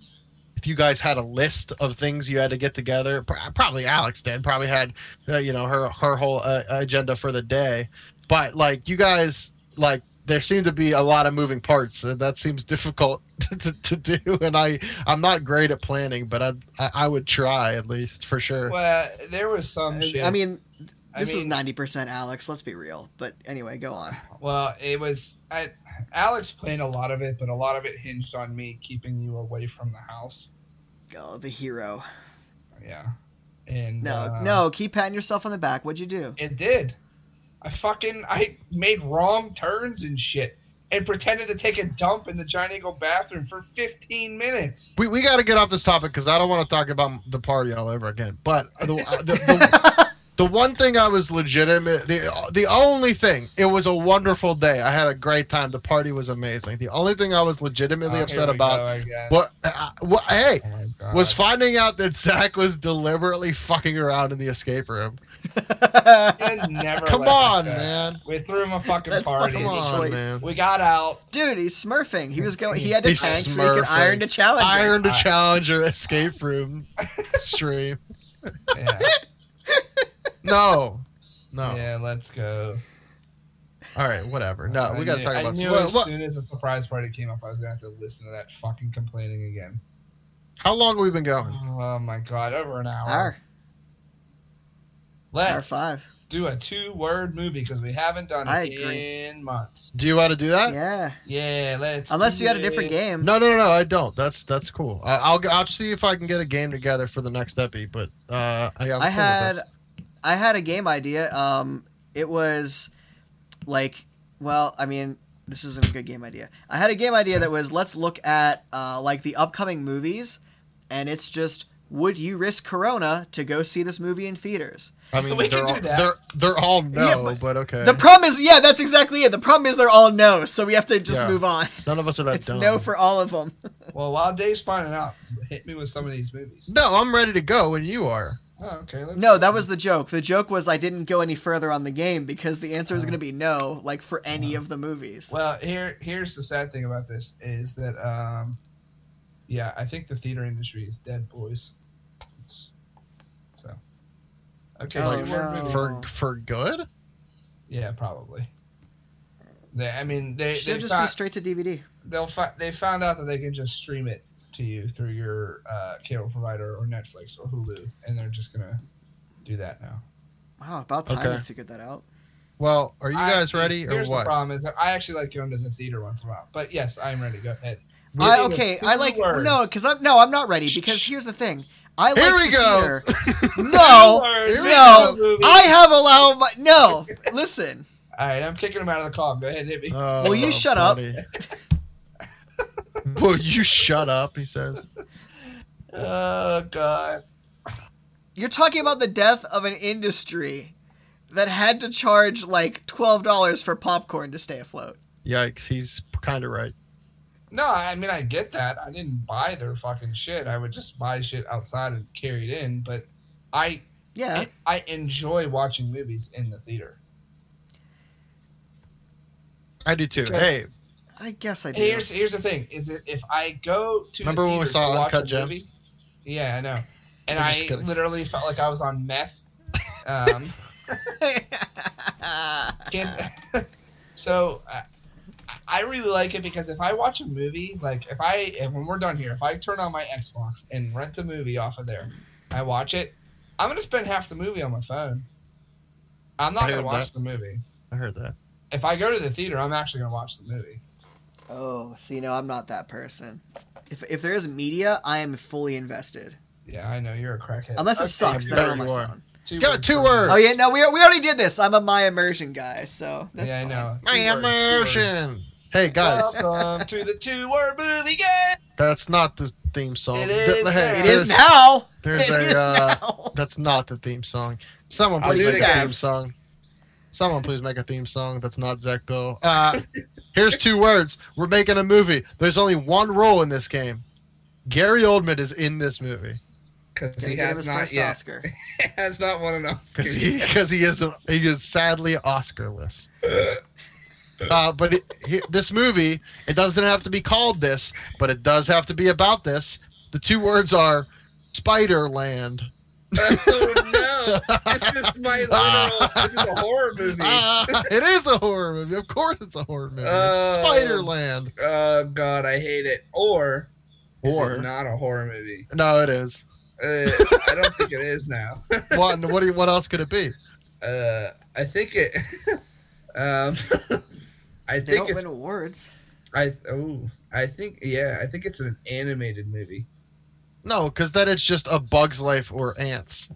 S3: if you guys had a list of things you had to get together. Pro- Probably Alex did. Probably had uh, you know her her whole uh, agenda for the day. But like you guys like. There seem to be a lot of moving parts, and that seems [laughs] difficult to, to do. And I, I'm not great at planning, but I'd- I I would try at least for sure.
S1: Well, there was some.
S2: I-
S1: Um, shit.
S2: I mean, this
S1: I
S2: was
S1: mean-
S2: ninety percent Alex. Let's be real. But anyway, go on.
S1: Well, it was. I, Alex planned a lot of it, but a lot of it hinged on me keeping you away from the house.
S2: Oh, the hero.
S1: Yeah, and
S2: No,
S1: uh,
S2: no. Keep patting yourself on the back. What'd
S1: [laughs]
S2: you do?
S1: it did. I fucking I made wrong turns and shit, and pretended to take a dump in the giant eagle bathroom for 15 minutes.
S3: We, we got to get off this topic because I don't want to talk about the party all over again. But the, uh, the, the,
S1: [laughs]
S3: the one thing I was legitimate, the the only thing, it was a wonderful day. I had a great time. The party was amazing. The only thing I was legitimately
S1: Oh, here
S3: upset
S1: we
S3: about,
S1: go again.
S3: what, uh, what, hey,
S1: Oh my God.
S3: was finding out that Zach was deliberately fucking around in the escape room.
S1: It never
S3: [laughs] Come
S1: left like
S3: on,
S1: that.
S3: man.
S1: We threw him a fucking
S2: That's
S1: party.
S2: fucking
S3: Come on,
S2: choice.
S3: man.
S1: We got out.
S2: Dude, he's smurfing. He was going. He had to
S3: He's
S2: tank so he could
S3: smurfing.
S2: iron to challenge.
S3: Iron to
S1: I-
S3: Challenger escape room stream.
S1: Yeah,
S3: No. [laughs] No.
S1: yeah let's go.
S3: All right, whatever. No, we
S1: I
S3: got to
S1: knew-
S3: talk
S1: I
S3: about
S1: knew
S3: what-
S1: as
S3: what-
S1: soon as the surprise party came up, I was gonna have to listen to that fucking complaining again.
S3: How long have we been going?
S1: Oh my god, over an hour.
S2: R R
S1: Let's
S2: five.
S1: do a two-word movie because we haven't done
S2: I
S1: it
S2: agree.
S1: in months.
S3: Do you want to do that?
S2: Yeah.
S1: Yeah, let's.
S2: Unless
S1: do
S2: you had a different
S1: it.
S2: game.
S3: No, no, no, no, I don't. That's that's cool. I, I'll I'll see if I can get a game together for the next epi. But uh, I, I'm
S2: I
S3: cool with
S2: had, I had a game idea. Um, it was, like, well, I mean, this isn't a good game idea. I had a game idea that was let's look at uh like the upcoming movies, and it's just would you risk corona to go see this movie in theaters?
S3: I mean,
S1: We can
S3: they're
S1: do
S3: all,
S1: that.
S3: they're they're all no,
S2: Yeah,
S3: but,
S2: but-
S3: okay.
S2: The problem is, yeah, that's exactly it. The problem is they're all no, so we have to just
S3: Yeah.
S2: move on.
S3: None of us are
S2: [laughs]
S3: that
S2: It's
S3: dumb.
S2: no for all of them.
S1: Well, while Dave's finding out, [laughs] hit me with some of these movies.
S3: No, I'm ready to go when you are.
S1: Oh, okay. Let's
S2: No, that was the joke. The joke was I didn't go any further on the game because the answer is going to be no, like for
S3: Uh-huh.
S2: any of the movies.
S1: Well, here here's the sad thing about this is that um, yeah, I think the theater industry is dead, boys. It's- so, okay,
S2: Oh,
S1: keyword
S2: no.
S1: movie.
S3: For for good?
S1: yeah, probably. They, I mean, they
S2: Should
S1: they
S2: just be
S1: found,
S2: straight to DVD.
S1: they'll fi- they found out that they can just stream it to you through your uh, cable provider or Netflix or Hulu, and they're just gonna do that now.
S2: Wow, about time
S3: Okay.
S2: I figured that out.
S3: Well, are you
S1: I-
S3: guys ready or
S1: Here's the
S3: what?
S1: problem is that I actually like going to the theater once in a while, but yes, I'm ready. Go ahead.
S2: I,
S1: Moving with
S2: okay,
S1: two
S2: I like
S1: words. [laughs]
S2: no, because I'm no, I'm not ready. Because here's the thing, I like
S3: Here we
S2: the
S3: go. [laughs]
S2: theater. No,
S1: Two words,
S3: no,
S1: make it a movie.
S2: I have allowed my no. Listen,
S1: All right, I'm kicking him out of the call. Go ahead, hit me.
S2: Uh,
S3: Oh,
S2: Will you shut up?
S3: buddy. [laughs] Will you shut up? He says.
S1: oh God.
S2: you're talking about the death of an industry that had to charge like twelve dollars for popcorn to stay afloat.
S3: Yikes! He's kind of right.
S1: No, I mean I get that. I didn't buy their fucking shit. I would just buy shit outside and carry it in. But I
S2: Yeah,
S1: I enjoy watching movies in the theater.
S3: I do too.
S1: Okay.
S3: Hey,
S2: I guess I do.
S1: Here's [laughs] here's the thing: is it if I go to
S3: Remember
S1: the
S3: when we
S1: theater
S3: saw
S1: to watch
S3: Uncut
S1: a
S3: Gems?
S1: movie- Yeah, I
S3: [laughs]
S1: know. And
S3: I'm
S1: I
S3: just kidding.
S1: literally felt like I was on
S3: [laughs]
S1: meth. Um, can [laughs] so uh, I really like it because if I watch a movie, like if I if, when we're done here, if I turn on my Xbox and rent a movie off of there, I watch it. I'm gonna spend half the movie on my phone. I'm
S3: I
S1: not gonna
S3: heard
S1: watch the movie.
S3: I heard that.
S1: If I go to the theater, I'm actually gonna watch the movie.
S2: [laughs] oh, see, no, I'm not that person. If if there is media, I am fully invested.
S1: Yeah, I know you're a crackhead.
S2: Unless it
S1: Okay,
S2: sucks,
S1: you
S2: then I'm on
S1: are.
S2: my
S3: you are.
S2: phone.
S1: Two
S3: Go, two
S1: for me.
S2: Oh
S3: words.
S2: yeah, no, we, we already did this. I'm a my immersion guy, so that's
S1: yeah,
S2: fine.
S1: I know.
S3: My
S1: Two words, two words.
S3: immersion. Hey guys,
S1: Welcome to the two word movie game.
S3: that's not the theme song.
S1: It
S3: Th-
S1: is
S3: hey,
S1: now.
S2: It
S3: there's-
S2: is now. It
S3: There's a.
S2: is
S3: Uh,
S2: now.
S3: [laughs] that's not the theme song. Someone
S1: I'll
S3: please
S1: do it
S3: make a
S1: again.
S3: theme song. Someone please make a theme song that's not Zach Bill. Uh, [laughs] here's two words. We're making a movie. There's only one role in this game. Gary Oldman is in this movie
S1: Because
S2: Gonna
S1: he
S2: give him his
S1: has not
S2: first
S1: yet.
S2: Oscar.
S3: [laughs]
S1: [laughs] has not won an Oscar.
S3: because he
S1: yet.
S3: because he is he is sadly Oscarless. Uh, but it, he, this movie it doesn't have to be called this, but it does have to be about this. The two words are Spiderland.
S1: [laughs]
S3: [laughs]
S1: oh no! This is my literal. this is a horror movie.
S3: Ah, [laughs] it is a horror movie. Of course, it's a horror movie.
S1: Oh.
S3: it's Spiderland.
S1: Oh god, I hate it. Or is
S3: Or-
S1: it not a horror movie?
S3: No, it is.
S1: Uh, I don't think it is now. [laughs]
S3: What? What? Do you, what else could it be?
S1: Uh, I think it. [laughs] um, [laughs] I
S2: They
S1: think
S2: don't
S1: it's.
S2: win
S3: [laughs]
S2: awards.
S1: I oh, I think yeah. I think it's an animated movie.
S3: No, because then it's just a Bug's Life or Ants,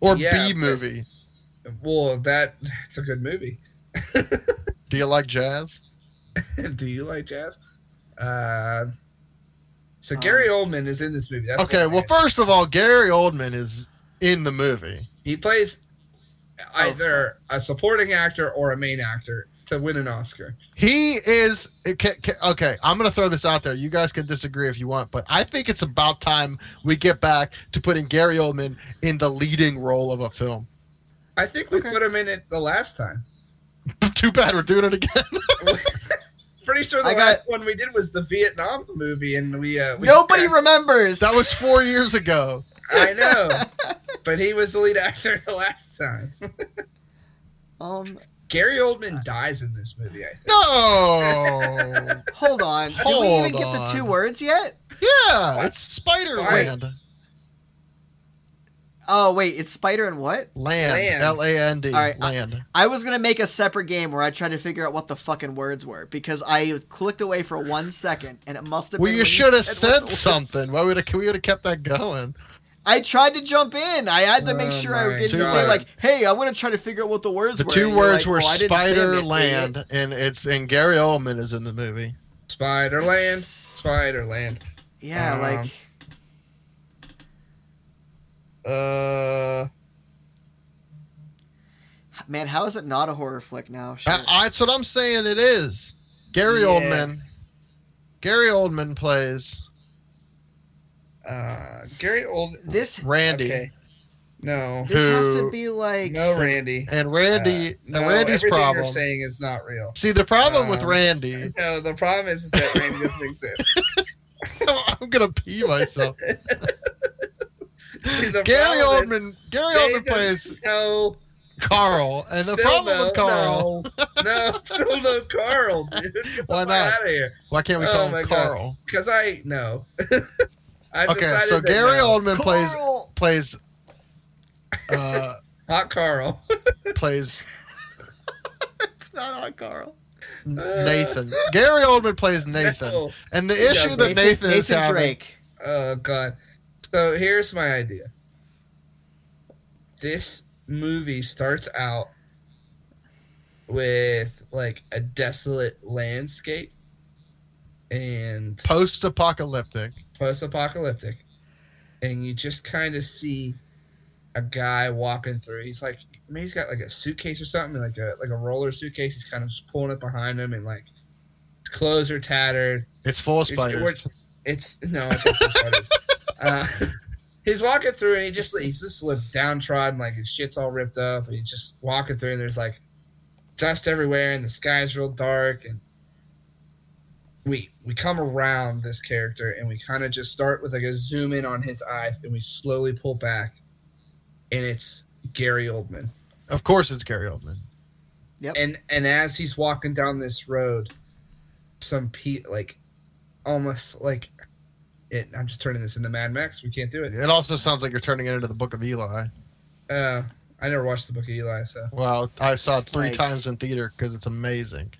S3: or
S1: Yeah,
S3: B
S1: but-
S3: movie.
S1: Well, that it's a good movie.
S3: Do you like jazz?
S1: [laughs] Do you like jazz? Uh, so
S2: Um,
S1: Gary Oldman is in this movie. That's
S3: okay.
S1: what I
S3: Well,
S1: am.
S3: first of all, Gary Oldman is in the movie.
S1: He plays
S2: Oh,
S1: either
S2: either
S1: a supporting actor or a main actor to win an Oscar.
S3: He is. It ca ca- okay, I'm gonna throw this out there. You guys can disagree if you want, but I think it's about time we get back to putting Gary Oldman in the leading role of a film. [laughs]
S1: I think we
S2: Okay.
S1: put him in it the last time.
S3: Too bad we're doing it again.
S1: Pretty sure the
S2: I
S1: last one we did was the Vietnam movie, and we, uh, we
S2: Nobody remembers.
S3: that was four years ago.
S1: [laughs] I know, but he was the lead actor [laughs] the last time.
S2: um,
S1: Gary Oldman dies in this movie. I think.
S3: No.
S2: hold on. Did we even
S3: Hold
S2: get the two
S3: on.
S2: words yet?
S3: Yeah, it's Spider Land.
S2: Oh wait, it's spider and what?
S3: Land.
S1: Land.
S3: L A N D.
S2: All right, I-
S3: Land.
S2: I was gonna make a separate game where I tried to figure out what the fucking words were because I clicked away for one second and it must have
S3: Well,
S2: been.
S3: you
S2: when
S3: should
S2: what
S3: have
S2: the
S3: said
S2: words-
S3: something. Why would we would have kept that going?
S2: I tried to jump in. I had to
S1: Oh
S2: make sure
S1: my
S2: I didn't
S3: God.
S2: say like, "Hey, I'm gonna try to figure out what the words
S3: The
S2: were."
S3: two
S2: and you're
S3: words
S2: like,
S3: were
S2: "Well, I didn't say them,
S3: Spider
S2: idiot."
S3: Land, and it's and Gary Oldman is in the movie.
S1: Spiderland,
S2: It's-
S3: Uh-huh.
S1: Spiderland.
S2: Yeah,
S1: Um,
S2: like
S1: Uh,
S2: Man, how is it not a horror flick now? Shit.
S3: I, I- that's what I'm saying. It is Gary
S1: Yeah.
S3: Oldman. Gary Oldman plays
S1: uh, Gary Old.
S2: this
S3: Randy,
S1: Okay. No.
S2: this has to
S3: Who-
S2: be like
S1: No, Randy.
S3: and Randy.
S1: Uh, no,
S3: now Randy's
S1: everything
S3: problem.
S1: you're saying is not real.
S3: See, the problem with
S1: Um,
S3: Randy.
S1: No, the problem is, is that Randy doesn't
S3: [laughs]
S1: exist.
S3: I'm gonna pee myself.
S1: See, the
S3: Gary
S1: problem
S3: Oldman. Gary
S1: they
S3: Oldman
S1: don't-
S3: plays
S1: No.
S3: Carl, and the
S1: still
S3: problem
S1: no,
S3: with Carl.
S1: [laughs] No, no, still no
S3: [laughs]
S1: Carl, dude. Get
S3: Why
S1: the fuck
S3: not?
S1: Out of here.
S3: Why can't we
S1: Oh
S3: call
S1: my God.
S3: him Carl?
S1: Because I no. [laughs] I've
S3: Okay,
S1: decided
S3: so
S1: that
S3: Gary
S1: no.
S3: Oldman plays
S2: Carl!
S1: [laughs]
S3: plays uh
S1: not Carl. [laughs]
S3: plays
S2: it's not on Carl.
S3: N-
S1: Uh.
S3: Nathan. Gary Oldman plays Nathan.
S1: No.
S3: And the
S1: He
S3: issue
S1: doesn't.
S3: that Nathan, is having
S2: Drake.
S1: Oh god. So here's my idea. This movie starts out with like a desolate landscape and
S3: post-apocalyptic.
S1: post-apocalyptic and you just kind of see a guy walking through he's like maybe he's got like a suitcase or something like a like a roller suitcase he's kind of just pulling it behind him and like his clothes are tattered
S3: It's full of
S1: It's- it works.
S3: spiders.
S1: it's no, it's not what it is. uh, [laughs] He's walking through and he just he just looks downtrodden, like his shit's all ripped up, and he's just walking through and there's like dust everywhere and the sky's real dark and we we come around this character and we kind of just start with like a zoom in on his eyes and we slowly pull back and it's Gary Oldman
S3: Of course, it's Gary Oldman.
S1: and and as he's walking down this road some pe like almost like it i'm just turning this into mad max we can't do it
S3: It also sounds like you're turning it into the Book of Eli.
S1: uh i never watched the book of eli so
S3: Well, I saw
S2: It's
S3: it three
S2: like-
S3: times in theater because it's amazing.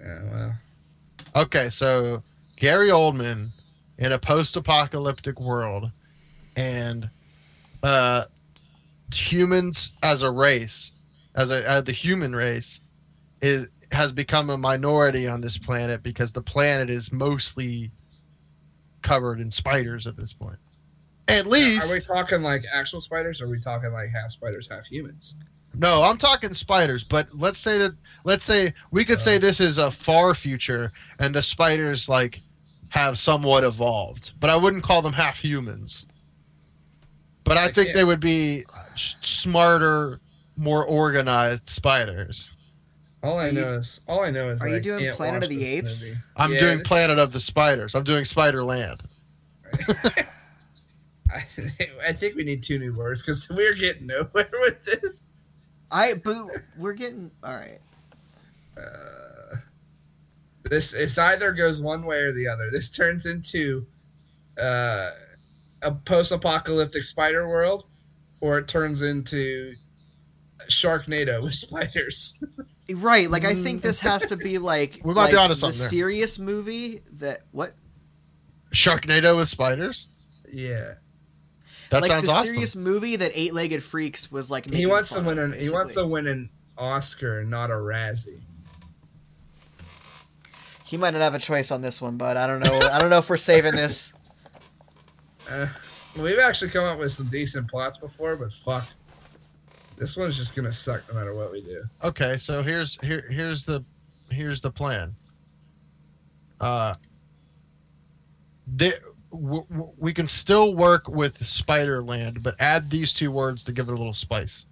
S1: yeah well
S3: Okay, so Gary Oldman in a post-apocalyptic world, and uh, humans as a race, as a as the human race, is has become a minority on this planet because the planet is mostly covered in spiders at this point. At least,
S1: are we talking like actual spiders or are we talking like half spiders half humans
S3: no, I'm talking spiders. But let's say that let's say we could say
S1: Uh.
S3: this is a far future, and the spiders like have somewhat evolved, but I wouldn't call them half humans. But I
S1: Like,
S3: think
S1: yeah.
S3: they would be s- smarter, more organized spiders.
S1: all i
S2: Are you-
S1: know is all i know is
S2: are you
S1: like,
S2: doing
S1: can't
S2: Planet
S1: watch
S2: of the
S1: this
S2: Apes?
S1: movie.
S3: I'm
S1: Yeah,
S3: doing
S1: th-
S3: Planet of the Spiders. I'm doing Spiderland.
S1: I, [laughs] I think we need two new words because we're getting nowhere [laughs] with this
S2: I but we're getting all right.
S1: uh, this it's either goes one way or the other. This turns into uh, a post-apocalyptic spider world, or it turns into Sharknado with [laughs] spiders.
S2: Right, like I think this has to be like
S3: [laughs] We might be
S2: like
S3: onto
S2: the
S3: something there.
S2: serious movie that what
S3: Sharknado with spiders.
S1: yeah,
S3: That
S2: like
S3: sounds
S2: the
S3: awesome.
S2: serious movie that Eight Legged Freaks was
S1: [laughs]
S2: like.
S1: he
S2: making
S1: wants to
S2: fun
S1: win
S2: of,
S1: an he wants to
S2: basically.
S1: win an Oscar, not a Razzie.
S2: He might not have a choice on this one, but I don't know. I don't know if we're saving
S3: [laughs]
S2: this.
S1: Uh, we've actually come up with some decent plots before, but fuck, this one's just gonna suck no matter what we do.
S3: okay so here's here here's the here's the plan uh there w- w- we can still work with spiderland but add these two words to give it a little spice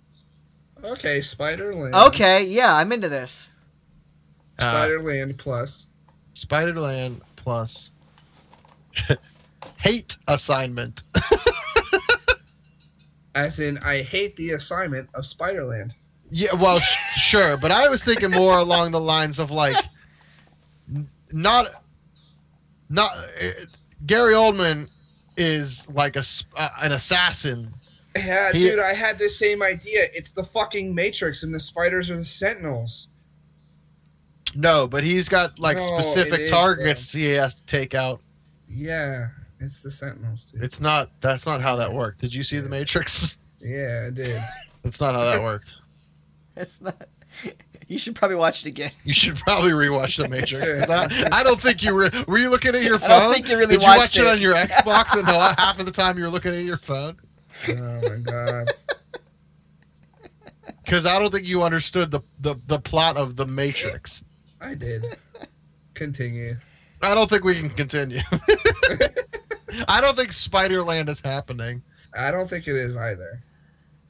S1: Okay, Spiderland.
S2: Okay, yeah, I'm into this.
S3: uh,
S1: Spiderland Plus.
S3: spiderland plus [laughs] hate assignment
S1: As in, I hate the assignment of Spiderland.
S3: yeah well sh- sure but i was thinking more along the lines of like n- not not uh, gary oldman is like a s- uh, an assassin
S1: Yeah,
S3: He-
S1: dude, I had the same idea. It's the fucking Matrix, and the spiders are the Sentinels.
S3: No, but he's got like
S1: No, it
S3: specific
S1: is,
S3: targets he has to take out.
S1: Yeah, it's the Sentinels, dude.
S3: It's not that's not how that worked. Did you see the Matrix? [laughs]
S1: yeah, I did.
S3: That's not how that worked.
S2: It's not. [laughs] You should probably watch it again.
S3: You should probably rewatch the Matrix. 'cause I, I don't think you were. Were you looking at your
S2: I
S3: phone?
S2: don't think you really
S3: Did you
S2: watched
S3: watch it.
S2: it.
S3: on your Xbox? And all- half of the time you were looking at your phone.
S1: Oh my
S3: [laughs]
S1: god.
S3: Because I don't think you understood the, the, the plot of The Matrix.
S1: I did. Continue. [laughs]
S3: I don't think we can continue. [laughs] I don't think Spider Land is happening.
S1: I don't think it is either.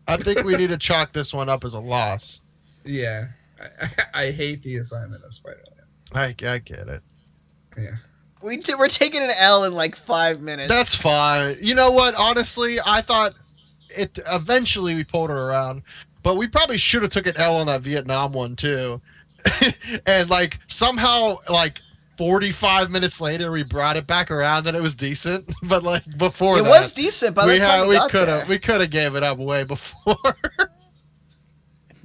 S3: I think we need to chalk this one up as a loss.
S1: Yeah. I, I, [laughs] I hate the assignment of Spider Man.
S3: I, I get it.
S1: Yeah.
S2: We t- we're taking an L in like five minutes.
S3: That's fine. You know what? Honestly, I thought it. Eventually, we pulled her around, but we probably should have took an L on that Vietnam one too. [laughs] and like somehow, like forty-five minutes later, we brought it back around, and it was decent. [laughs] But like before,
S2: it
S3: that,
S2: was decent by the
S3: we
S2: time
S3: had,
S2: we,
S3: we
S2: got
S3: could
S2: there.
S3: have we could have gave it up way [laughs] before.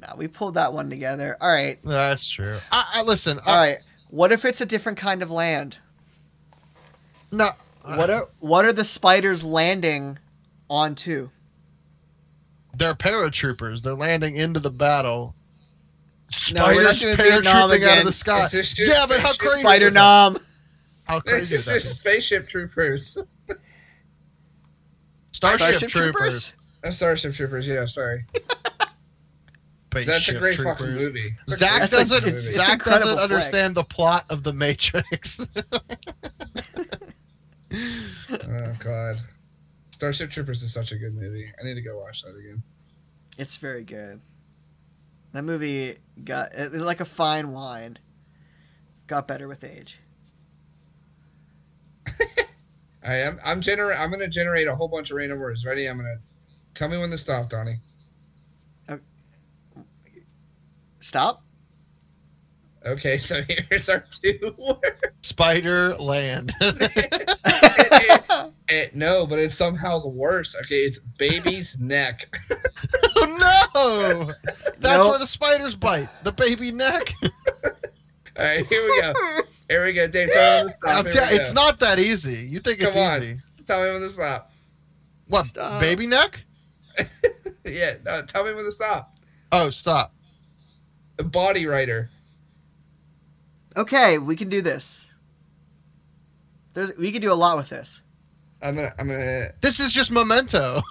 S2: Nah, we pulled that one together. All right,
S3: That's true. I, I listen.
S2: all
S3: I,
S2: right. What if it's a different kind of land?
S3: No.
S2: What are what are the spiders landing onto?
S3: They're paratroopers. They're landing into the battle.
S2: No, we're not
S3: Spiders
S2: doing
S3: paratrooping
S2: Vietnam
S3: out of
S2: again.
S3: the sky.
S1: It's just-
S3: yeah, but how
S1: it's
S3: crazy!
S2: Spider
S3: is that?
S2: nom.
S3: How
S1: It's
S3: crazy is
S1: just
S3: that?
S1: there's spaceship troopers.
S3: Starship, Troopers.
S1: Uh, Starship Troopers, yeah, sorry.
S3: Spaceship
S1: That's a great
S3: Troopers.
S1: fucking movie. It's a
S3: Zach
S1: great
S2: That's
S1: fucking
S2: like-
S3: doesn't.
S2: it's- it's
S3: Zach
S2: incredible
S3: doesn't
S2: flick.
S3: understand the plot of the Matrix. [laughs]
S1: Oh god. Starship Troopers is such a good movie. I need to go watch that again.
S2: It's very good. That movie got it, was like a fine wine. Got better with age.
S1: I am I'm gener I'm gonna generate a whole bunch of random words. Ready? I'm gonna tell me when to stop, Donnie.
S2: Stop.
S1: Okay, [laughs] so here's our two [laughs] words.
S3: Spider Land. [laughs]
S2: [laughs] oh
S1: Eh, no, but it's somehow worse. Okay, it's
S2: [laughs]
S1: baby's neck.
S3: oh no! That's
S2: Nope.
S3: where the spiders bite. The
S1: [laughs]
S3: baby neck.
S1: Alright, here we go. Here we go, Dave. Tell me when to stop.
S3: I'm
S1: Here
S3: tell-
S1: we
S3: it's
S1: go.
S3: not that easy. You think it's
S1: Come on.
S3: easy?
S1: Tell me when to stop.
S3: What?
S2: Stop.
S3: Baby neck?
S1: Yeah, no, tell me when to stop.
S3: Oh, stop.
S1: Body writer.
S2: Okay, we can do this. There's we can do a lot with this.
S1: I'm gonna I'm gonna
S3: This is just memento.
S2: [laughs]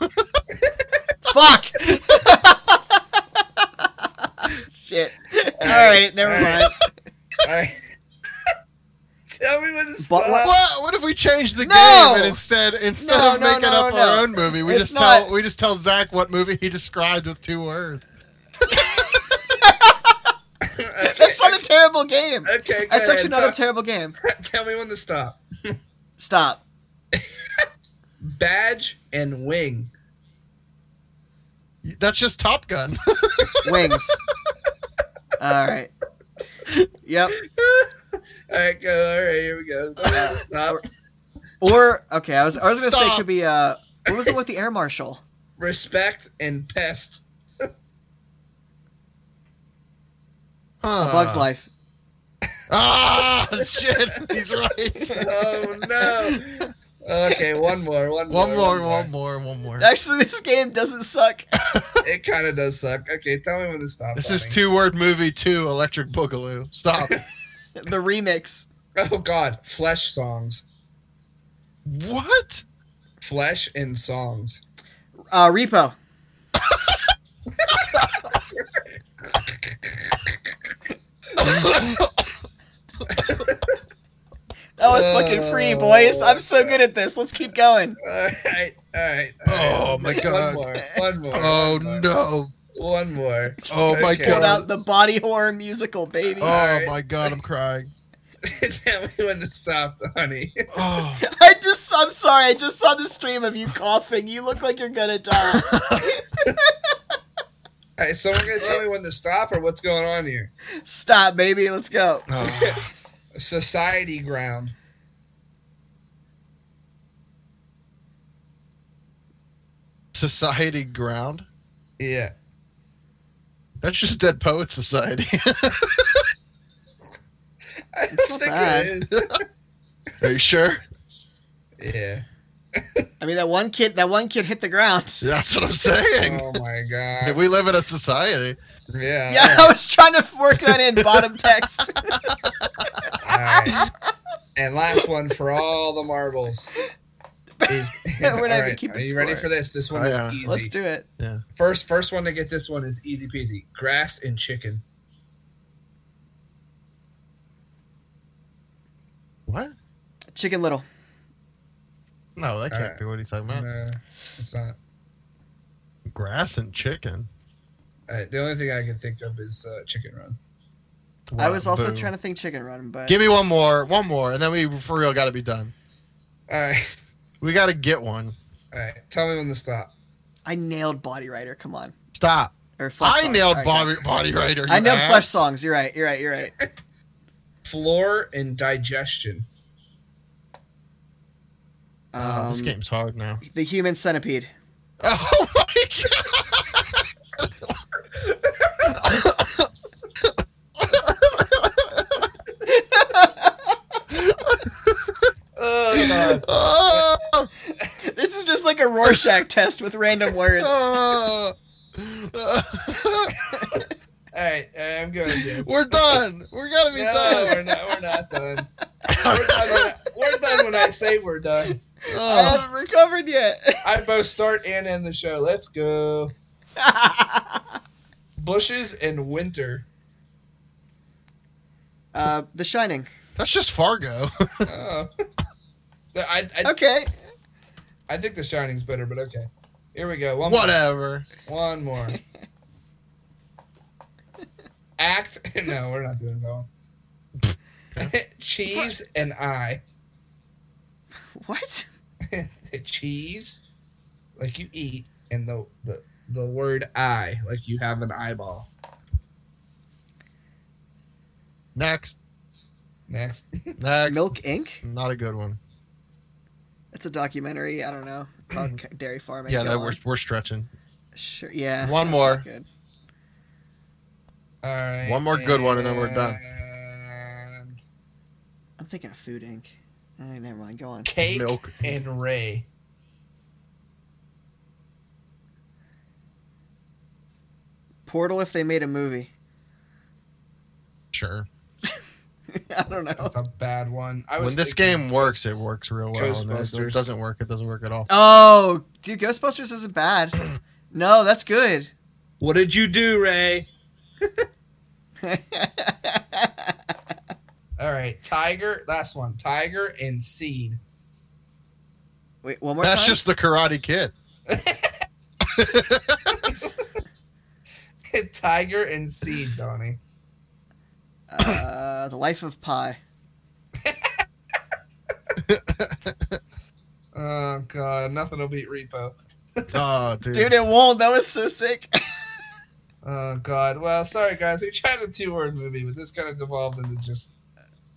S3: [laughs]
S2: Fuck. [laughs] Shit. All right, never mind.
S1: Alright. [laughs] tell me when to stop.
S2: But what-
S3: what? What if we change the
S2: No!
S3: game and instead instead
S2: No,
S3: of
S2: no,
S3: making
S2: no,
S3: up
S2: no.
S3: our own movie, we
S2: It's
S3: just
S2: not-
S3: tell we just tell Zach what movie he described with two words.
S1: [laughs] Okay,
S2: That's not a terrible game.
S1: Okay,
S2: That's
S1: go
S2: actually
S1: ahead.
S2: not a
S1: Tell-
S2: terrible game.
S1: [laughs] Tell me when to stop.
S2: Stop.
S1: Badge and wing. [laughs]
S3: That's just Top Gun. [laughs]
S2: [laughs] Wings. All right. Yep.
S1: all right, go. All right, here we go.
S2: Uh,
S1: Stop.
S2: Or okay, I was I was gonna say
S3: Stop.
S2: it could be uh what was it with the air marshal?
S1: Respect and pest.
S2: A
S3: Uh,
S2: Bug's Life.
S3: Ah, shit.
S2: [laughs]
S3: He's right.
S1: Oh no. Okay, one more. One,
S3: One
S1: more.
S3: more, one more, one more.
S2: Actually, this game doesn't suck.
S1: It kind of does suck. Okay, tell me when to stop.
S3: This is
S1: Tommy.
S3: two word movie two, Electric Boogaloo. Stop.
S2: [laughs] The remix.
S1: Oh God, flesh songs.
S3: what? [laughs]
S1: Flesh and songs. [laughs]
S2: Uh, Repo. That was Oh, fucking free, boys. I'm so good at this. Let's keep going.
S1: All right, all right.
S3: Oh, my God.
S1: One more. One more.
S3: oh
S1: one more,
S3: no.
S1: One more. [laughs]
S3: Oh my
S1: Okay.
S2: Pulled
S1: Hold
S3: god.
S2: out the body horror musical, baby.
S3: Oh my god, I'm crying.
S1: tell me when to stop, honey.
S3: Oh.
S2: [laughs] I just, I'm sorry. I just saw the stream of you coughing. You look like you're gonna die.
S3: [laughs]
S1: Hey, someone gonna tell me when to stop or what's going on here?
S2: Stop, baby. Let's go.
S3: Oh.
S1: Society ground.
S3: Society Ground?
S1: Yeah. [laughs]
S3: That's just Dead Poet Society. [laughs]
S1: I
S2: It's not bad.
S1: it is.
S3: Are you sure?
S1: yeah.
S2: I mean, that one kid, that one kid hit the ground.
S3: That's what I'm saying.
S1: Oh
S2: [laughs]
S1: my god.
S3: We live in a society.
S1: Yeah.
S2: Yeah, I was trying to work that in bottom
S3: [laughs]
S2: text.
S1: All right. And last one for all the marbles. is
S2: [laughs]
S1: [laughs]
S2: We're not even
S1: Alright,
S2: keeping
S1: Are you ready
S2: score.
S1: for this? This one
S3: Oh,
S1: is
S3: yeah.
S1: easy.
S2: Let's do it.
S1: First, first one to get this one is easy peasy. Grass and chicken.
S3: What?
S2: Chicken Little.
S3: No, that can't
S1: Alright.
S3: be what he's talking about.
S1: No, it's not.
S3: Grass and chicken.
S1: Uh, the only thing I can think of is uh, chicken run.
S2: I was also trying to think Chicken Run, but
S3: Give me one more, one more, and then we for real got to be done.
S1: All [laughs] right,
S3: We got to get one.
S1: all right. Tell me when to stop.
S2: I nailed Body Rider. Come on.
S3: Stop.
S2: Or Flesh
S3: I
S2: Songs.
S3: nailed
S2: Alright,
S3: Bobby,
S2: go.
S3: Body Rider.
S2: I
S3: you
S2: nailed
S3: ass.
S2: Flesh Songs. You're right. You're right. You're right.
S1: Floor and digestion.
S3: Oh,
S2: Um,
S3: this game's
S2: [laughs]
S3: hard now. [laughs]
S2: the Human Centipede.
S3: Oh my
S1: Oh,
S2: [laughs]
S3: god. Oh,
S2: This is just like a
S3: [laughs]
S2: Rorschach test with random words.
S3: oh.
S1: all right, all right, I'm going. Dude.
S3: [laughs] we're done. We gotta be
S1: No,
S3: done.
S1: we're not. We're not done. We're done, when I, we're done when I say we're done.
S2: I
S3: [laughs] Oh,
S2: haven't recovered yet. [laughs]
S1: I both start and end the show. Let's go. Bushes and winter.
S2: uh, the Shining.
S3: that's just Fargo. [laughs]
S1: Oh. [laughs] I, I,
S2: Okay.
S1: I think The Shining's better, but okay. Here we go. One
S3: Whatever.
S1: more. One more. Act. [laughs] No, we're not doing that one. [laughs] Cheese and I. [laughs]
S2: What?
S1: Cheese, like you eat, and the, the the word I, like you have an eyeball.
S3: Next.
S1: Next.
S3: Next.
S2: Milk Inc.
S3: Not a good one.
S2: That's a documentary. I don't
S3: [clears throat]
S2: know about c- dairy farming.
S3: Yeah,
S2: Go
S3: that
S2: on.
S3: we're, we're stretching.
S2: Sure. Yeah.
S3: One
S2: that's
S3: more.
S2: not good.
S1: All right.
S3: One more good one, and then we're done.
S1: and
S2: I'm thinking of Food Inc. All right, never mind. Go on.
S1: Cake
S3: Milk.
S1: and Ray.
S2: Portal. If they made a movie. [laughs]
S3: Sure.
S2: I don't know.
S1: That's a bad one. I was
S3: When this
S1: thinking-
S3: game works, it works real well. And if
S1: Ghostbusters.
S3: it doesn't work, it doesn't work at all.
S2: Oh, dude, Ghostbusters isn't
S3: [clears throat]
S2: bad. No, that's good. [laughs]
S1: What did you do, Ray? All right, Tiger. Last one, Tiger and Seed. [laughs]
S2: Wait, one more
S3: That's
S2: time.
S3: just the Karate Kid.
S1: [laughs] Tiger and Seed, Donnie.
S2: Uh, the Life of Pi.
S1: Oh god, nothing will beat Repo.
S3: oh, dude.
S2: Dude, it won't. That was so sick.
S1: Oh god. Well, sorry guys, we tried a two-word movie, but this kind of devolved into just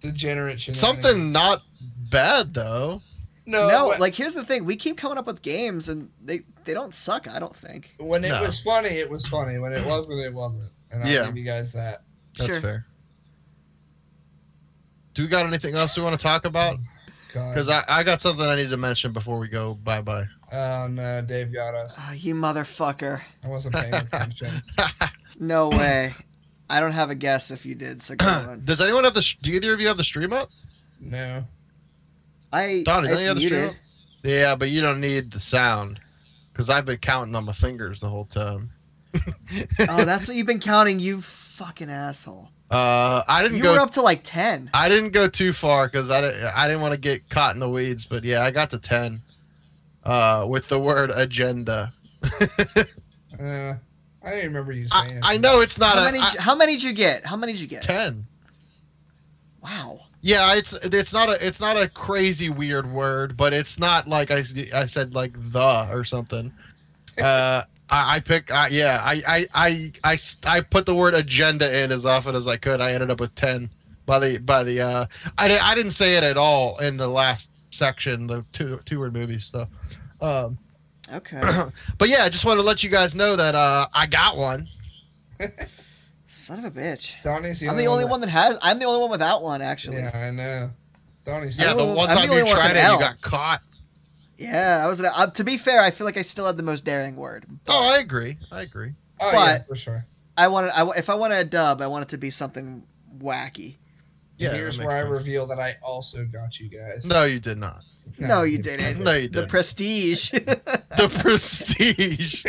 S1: degenerate shenanigans.
S3: Something not bad though.
S1: No,
S2: no,
S1: when,
S2: like here's the thing: we keep coming up with games, and they they don't suck. I don't think.
S1: when it
S3: No.
S1: was funny, it was funny. When it wasn't, it wasn't. And I'll
S3: Yeah.
S1: give you guys that.
S3: That's
S2: sure.
S3: fair. Do we got anything else we want to
S1: [laughs]
S3: talk about? Because
S1: God.
S3: I, I got something I need to mention before we go bye bye.
S1: oh no, Dave got us.
S2: Oh, you motherfucker!
S1: I wasn't
S2: [laughs]
S1: paying attention.
S3: [clears throat]
S2: No way. I don't have a guess if you did. So go on.
S3: [coughs] Does anyone have the? sh- Do either of you have the stream up?
S1: no.
S2: I
S3: Don, is any
S2: it's
S3: other stream?
S2: muted.
S3: up? Yeah, but you don't need the sound because I've been counting on my fingers the whole time.
S2: Oh, that's what you've been counting. You fucking asshole.
S3: Uh, I [laughs] didn't
S2: You
S3: go.
S2: were up to like ten.
S3: I didn't go too far because I didn't. I didn't want to get caught in the weeds. But yeah, I got to ten. Uh, with the word agenda. [laughs]
S1: Uh, I don't even remember you saying
S3: I,
S1: it.
S3: I know it's not
S2: How
S3: a
S2: many?
S3: I-
S2: did you- how many did you get? How many did you get?
S3: ten.
S2: Wow.
S3: Yeah, it's it's not a it's not a crazy weird word, but it's not like I, s- I said like the
S2: [laughs]
S3: or something. Uh, I, I pick I, yeah I I, I I s- I put the word agenda in as often as I could. I ended up with ten by the by the uh I di- I didn't say it at all in the last section the two two word movie stuff. Um,
S2: Okay.
S3: [clears throat] but yeah, I just want to let you guys know that uh I got one.
S2: Son of a bitch.
S1: Donnie's the
S2: I'm the only one that has. I'm the only one without one, actually.
S1: Yeah, I know. Donnie's
S3: Yeah, the
S2: Oh,
S3: one
S2: I'm
S3: time
S2: the
S3: you
S2: only one with
S3: tried
S2: an
S3: it, you
S2: L.
S3: got caught.
S2: Yeah, I was. Uh, to be fair, I feel like I still had the most daring word.
S3: Oh, I agree. I agree.
S1: oh, yeah,
S2: but-
S1: for sure.
S2: I wanted. I, if I wanted a dub, I want it to be something wacky.
S1: Yeah,
S3: Yeah,
S1: here's
S3: that
S1: where
S3: makes
S1: I
S3: sense.
S1: reveal that I also got you guys.
S3: No, you did not.
S2: No, you didn't.
S3: No, you
S2: The
S3: didn't.
S2: prestige. [laughs]
S3: The
S1: [laughs]
S3: prestige.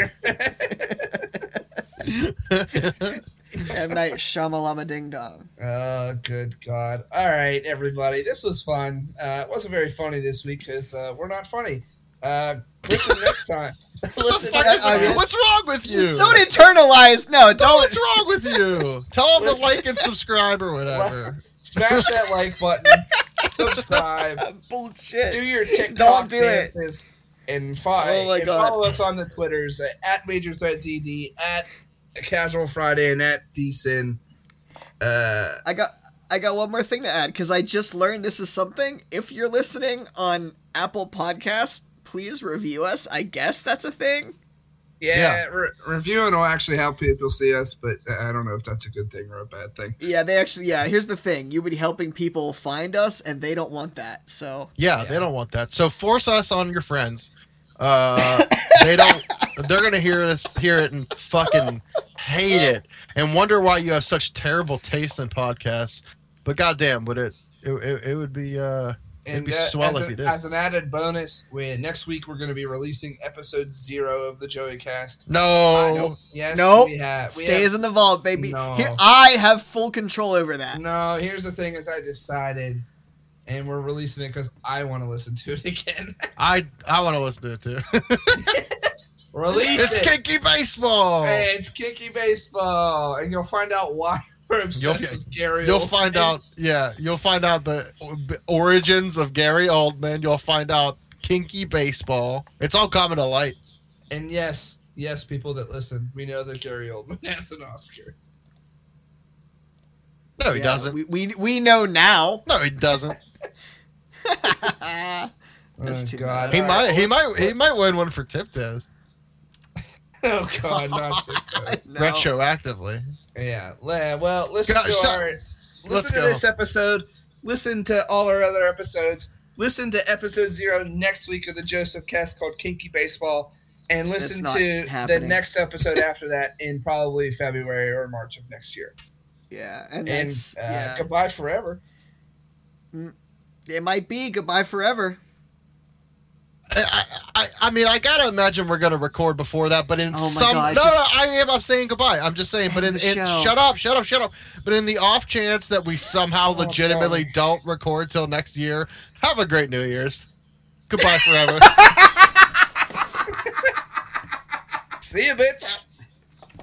S2: M Night Shyamalama Ding Dong.
S1: [laughs] Oh, good God. All right, everybody. This was fun. Uh, it wasn't very funny this week because uh, we're not funny. Uh, listen next time. listen
S3: Fuck
S1: next
S3: is-
S2: I
S1: time.
S2: mean-
S3: what's wrong with you?
S2: Don't internalize. No, don't.
S3: What's wrong with you? Tell them to
S1: Listen.
S3: like and subscribe or whatever.
S1: Smash that like button. Subscribe.
S2: Bullshit.
S1: Do your TikTok
S2: Don't do it.
S1: dances And, fo-
S2: Oh, my
S1: and
S2: God.
S1: follow us on the Twitters uh, at Major Threats ED, at Casual Friday, and at DSIN. Uh,
S2: I got I got one more thing to add because I just learned this is something. If you're listening on Apple Podcast, please review us. I guess that's a thing.
S1: yeah, re- reviewing will actually help people see us, but I I don't know if that's a good thing or a bad thing.
S2: Yeah, they actually. Yeah, here's the thing: you would be helping people find us, and they don't want that. So
S3: Yeah, they don't want that. So force us on your friends.
S2: [laughs]
S3: Uh, they don't. They're gonna hear us, hear it, and fucking hate it, and wonder why you have such terrible taste in podcasts. But goddamn, would it? It, it, it would be. Uh, It'd be swell
S1: as,
S3: if
S1: a-
S3: you did.
S1: as an added bonus, we, next week we're going to be releasing episode zero of the Joey Cast. I
S3: no.
S1: know- yes,
S2: Oh, Nope.
S1: we have. we
S2: stays in the vault, baby.
S1: No.
S2: Here, I have full control over
S1: have-
S2: that.
S1: no, here's the thing: is I decided, and we're releasing it because I want to listen to it [laughs] again.
S3: I I want to listen to it too.
S1: Release
S3: [laughs] it's
S1: it.
S3: kinky baseball.
S1: Hey, it's Kinky Baseball, and you'll find out why [laughs] we're obsessed
S3: You'll-
S1: with Gary.
S3: You'll
S1: Oldman.
S3: find out. Yeah, you'll find out the origins of Gary Oldman. You'll find out kinky baseball. It's all coming to light.
S1: And yes, yes, people that listen, we know that Gary Oldman [laughs] has an Oscar.
S3: No, Oh, he
S2: Yeah,
S3: doesn't.
S2: We, we we know now. [laughs]
S3: no, he doesn't.
S2: That's
S1: Oh,
S2: too
S1: God.
S2: bad.
S3: He
S1: All
S3: might.
S1: right,
S3: He
S1: well,
S3: might. He might win one for Tiptoes
S1: [laughs] Oh God, not
S2: [laughs]
S1: TikTok.
S2: No.
S3: retroactively.
S1: Yeah. le- Well, listen
S3: Gosh,
S1: to
S3: so-
S1: our
S3: let's
S1: listen to
S3: go.
S1: this episode. Listen to all our other episodes. Listen to episode zero next week of the Joseph Cast called Kinky Baseball, and listen
S2: not
S1: to the
S2: happening.
S1: next episode after that in probably February or March of next year.
S2: Yeah, and
S1: And
S2: that's
S1: uh,
S2: yeah.
S1: goodbye forever.
S2: it might be goodbye forever.
S3: I, I, I- I mean, I gotta imagine we're gonna record before that, but in
S2: Oh my
S3: some
S2: God,
S3: no,
S2: just-
S3: no, I am. I'm saying goodbye. I'm just saying, but in,
S2: End the
S3: in
S2: show.
S3: shut up, shut up, shut up. But in the off chance that we
S2: Oh,
S3: somehow
S1: God.
S3: legitimately don't record till next year, have a great New Year's. Goodbye forever.
S1: See you, bitch.